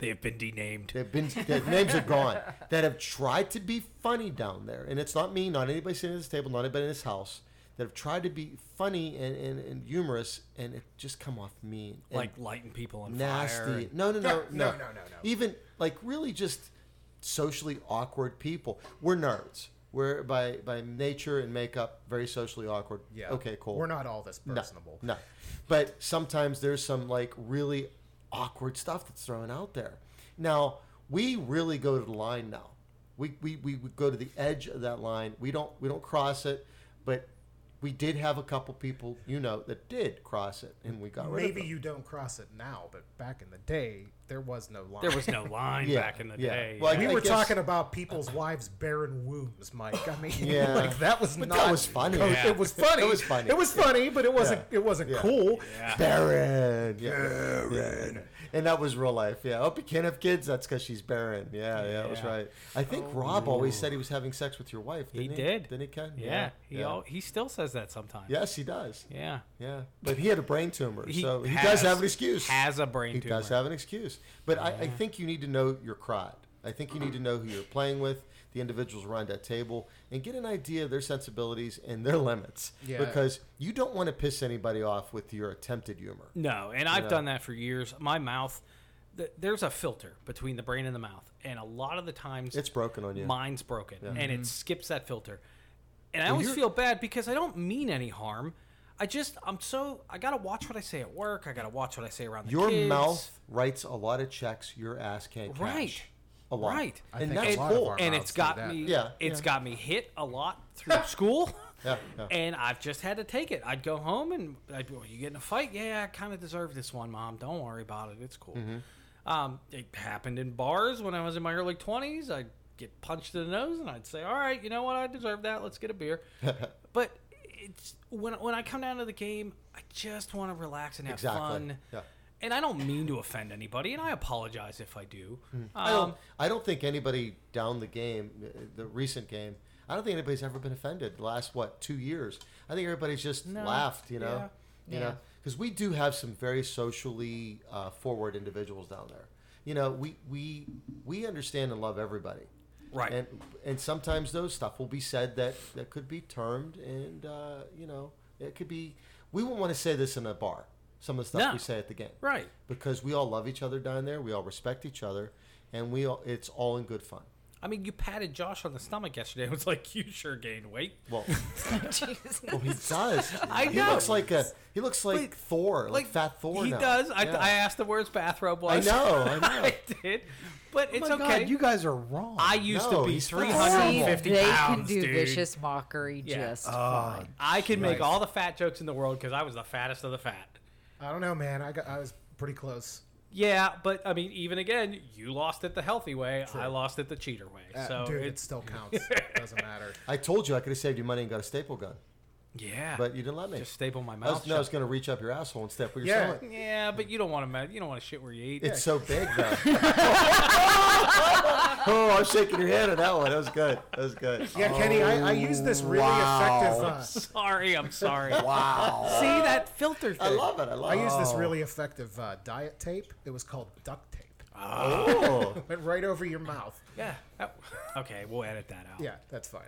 A: They have been denamed.
E: They've been, their names are gone, that have tried to be funny down there. And it's not me, not anybody sitting at this table, not anybody in this house, that have tried to be funny and, and, and humorous, and it just come off mean. and
A: Like lighting people on
E: nasty.
A: fire.
E: No, no, no, no,
B: no, no, no, no.
E: Even like really just socially awkward people. We're nerds. We're by by nature and makeup very socially awkward.
D: Yeah.
E: Okay. Cool.
D: We're not all this
E: No,
D: personable.
E: No, but sometimes there's some like really awkward stuff that's thrown out there. Now we really go to the line now. We we, we would go to the edge of that line. We don't we don't cross it, but. We did have a couple people, you know, that did cross it, and we got rid of
D: Maybe
E: them.
D: you don't cross it now, but back in the day, there was no line.
A: There was no line
E: Yeah,
A: back in the
E: yeah.
A: day.
E: Well, I
D: we
E: guess-
D: were talking about people's wives' barren wombs, Mike. I mean,
E: Yeah.
D: like that was
E: But
D: not.
E: that was funny.
D: co-
A: Yeah.
D: It was funny.
E: It was funny.
D: It was funny, but it wasn't. It wasn't cool.
A: yeah.
E: Barren. Yeah. And that was real life. Yeah. Oh, you can't have kids. That's because she's barren. Yeah, yeah. That was
A: Yeah.
E: right. I think Rob always said he was having sex with your wife.
A: He
E: Didn't he
A: did.
E: Didn't he, Ken?
A: Yeah, he
E: yeah.
A: al- he still says that sometimes.
E: Yes, he does.
A: yeah.
E: Yeah. But he had a brain tumor,
A: He
E: so he
A: has-
E: does have an excuse.
A: Has a brain
E: he
A: tumor.
E: does have an excuse. But I, I think you need to know your crowd. I think you need to know who you're playing with, the individuals around that table, and get an idea of their sensibilities and their limits.
D: Yeah.
E: Because you don't want to piss anybody off with your attempted humor.
A: No, and I've
E: know?
A: done that for years. My mouth, th- there's a filter between the brain and the mouth, and a lot of the times
E: It's broken on you.
A: mine's broken, and it skips that filter. And I
E: Well,
A: always
E: you're-
A: feel bad because I don't mean any harm. I just I'm so I gotta watch what I say at work. I gotta watch what I say around the
E: Your
A: kids.
E: mouth writes a lot of checks your ass can't cash.
A: Right.
E: A lot.
A: Right. I
E: And
D: think a
E: that's
D: lot of
E: cool.
D: our-
A: and
D: mouths
A: it's
D: do
A: got
D: that.
A: me.
E: Yeah.
A: it's got me hit a lot through school.
E: Yeah, yeah.
A: And I've just had to take it. I'd go home and I'd be, well, you get in a fight? Yeah, I kind of deserve this one, Mom. Don't worry about it. It's cool.
E: Mm-hmm.
A: Um, it happened in bars when I was in my early 20s. I'd get punched in the nose and I'd say, all right, you know what? I deserve that. Let's get a beer. but it's when, when I come down to the game, I just want to relax and have
E: Exactly.
A: fun.
E: Yeah.
A: And I don't mean to offend anybody, and I apologize if I do.
E: Mm. I don't,
A: Um,
E: I don't think anybody down the game, uh, the recent game, I don't think anybody's ever been offended the last, what, two years. I think everybody's just laughed, you know? You
C: Yeah.
E: know? Because we do have some very socially uh, forward individuals down there. You know, we, we, we understand and love everybody.
A: Right.
E: And, and sometimes those stuff will be said that, that could be termed and, uh, you know, it could be, we wouldn't want to say this in a bar, some of the stuff
A: No.
E: we say at the game
A: right.
E: because we all love each other down there. We all respect each other, and we all, it's all in good fun.
A: I mean, you patted Josh on the stomach yesterday. It was like, you sure gained weight.
E: Well,
C: Jesus.
E: well he does.
A: I
E: he
A: know.
E: looks like a he looks like
A: Wait,
E: Thor, like, Fat Thor.
A: He
E: now.
A: does. I,
E: Yeah.
A: I asked him where his bathrobe
E: I
A: was.
E: know. Oh I know.
A: I did. But it's
B: my
A: okay.
B: God, you guys are wrong.
A: I used
E: No,
A: to be
E: he's not.
C: See,
A: 350
C: they
A: pounds,
C: can do
A: dude.
C: vicious mockery
A: Yeah.
C: just
E: Ah.
C: fine.
A: I could make all the fat jokes in the world because I was the fattest of the fat.
D: I don't know, man. I got. I was pretty close.
A: Yeah, but I mean, even again, you lost it the healthy way. I lost it the cheater way.
D: Uh,
A: so
D: dude, it
A: it's
D: still counts. it doesn't matter.
E: I told you I could have saved you money and got a staple gun,
A: yeah.
E: but you didn't let me.
A: just staple my
E: I
A: mouth.
E: was, no, I was
A: shut.
E: going to reach up your asshole and step where you're
D: Yeah.
E: selling.
A: yeah, but you don't want to. You don't want to shit where you eat.
E: It's so big though. oh, I'm shaking your head on that one. That was good. That was good. Oh,
D: Yeah, Kenny, I, I used this really effective. Uh,
A: Sorry, I'm sorry.
E: Wow.
A: See that filter thing?
E: I love it. I love
D: I
E: it.
D: used this really effective uh, diet tape. It was called duct tape.
E: Oh.
D: Went right over your mouth.
A: Yeah. that- okay, we'll edit that out.
D: Yeah, that's fine.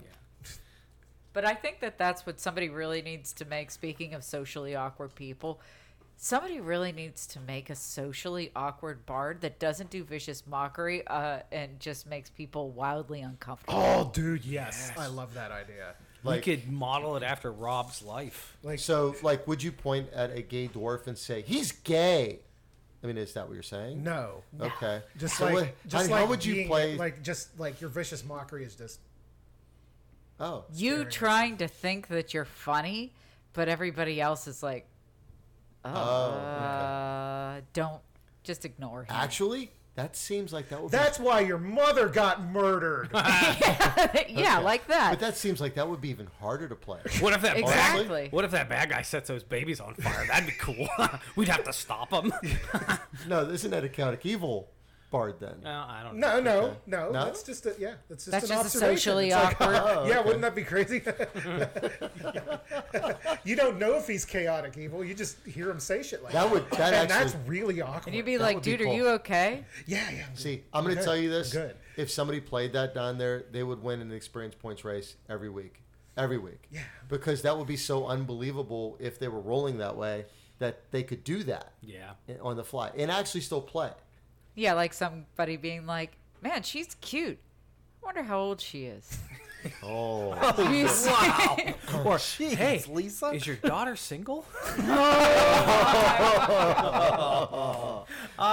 C: But I think that that's what somebody really needs to make. Speaking of socially awkward people, somebody really needs to make a socially awkward bard that doesn't do vicious mockery uh, and just makes people wildly uncomfortable.
D: Oh, dude, yes. I love that idea.
A: We
E: Like-
A: could model it after Rob's life.
D: Like,
E: So, like, would you point at a gay dwarf and say he's gay? I mean, is that what you're saying?
D: no.
E: Okay.
D: Just
E: So
D: like,
E: what-
D: just
E: how,
D: like
E: how would you
D: being-
E: play?
D: Like, just like your vicious mockery is just.
E: oh,
C: you trying to think that you're funny, but everybody else is like,
E: Oh,
C: uh, don't just ignore him.
E: actually, that seems like that would.
D: That's why your mother got murdered.
C: yeah,
E: Okay.
C: like
E: be,
C: that.
E: but that seems like that would be even harder to play.
A: What if that
C: Exactly.
A: bad, What if that bad guy sets those babies on fire? That'd be cool. We'd have to stop him.
E: no, isn't that a Count of Evil? bard then.
A: No, I don't.
F: No, no, no,
E: No?
F: That's just a, yeah. That's just
C: That's
F: an
C: just a
F: observation.
C: socially
F: It's like,
C: awkward.
F: yeah, wouldn't that be crazy? you don't know if he's chaotic evil. You just hear him say shit like
E: That
F: that.
E: would that
F: and that's
E: actually
F: really awkward.
C: and you'd be
E: Oh, That
C: like,
E: would be
C: dude,
E: cool.
C: are you okay?
F: yeah, yeah.
E: see. I'm going to
F: Good,
E: tell you this:
F: good.
E: if somebody played that down there, they would win an experience points race every week, every week.
F: Yeah.
E: Because that would be so unbelievable if they were rolling that way that they could do that
A: Yeah.
E: on the fly and actually still play.
C: Yeah, like somebody being like, man, she's cute. I wonder how old she is.
E: Oh,
C: You see-
A: Or hey,
B: Oh, Lisa?
A: is your daughter single? All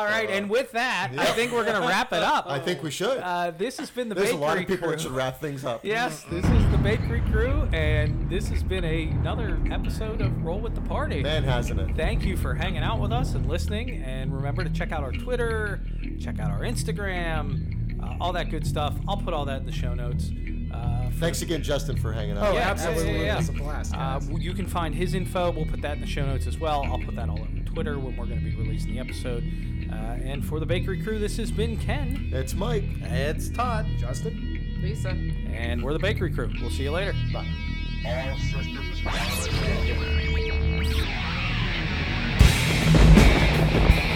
A: right, and with that, I think we're gonna wrap it up.
E: I think we should.
A: Uh, this has been the
E: There's a
A: bakery
E: lot of people
A: crew.
E: that should wrap things up.
A: Yes, this is the bakery crew, and this has been another episode of Roll with the Party.
E: Man, hasn't it?
A: Thank you for hanging out with us and listening. And remember to check out our Twitter, check out our Instagram, uh, all that good stuff. I'll put all that in the show notes. Uh, for
E: Thanks again, Justin, for hanging out.
F: Oh,
A: yeah,
F: absolutely.
A: yeah, yeah, yeah.
F: It was a blast.
A: Uh,
F: guys.
A: you can find his info. We'll put that in the show notes as well. I'll put that all over Twitter when we're going to be releasing the episode. Uh, and for the bakery crew, this has been Ken,
E: It's Mike.
B: It's Todd.
F: Justin.
C: Lisa.
A: and we're the bakery crew. We'll see you later.
E: Bye.
G: All systems go.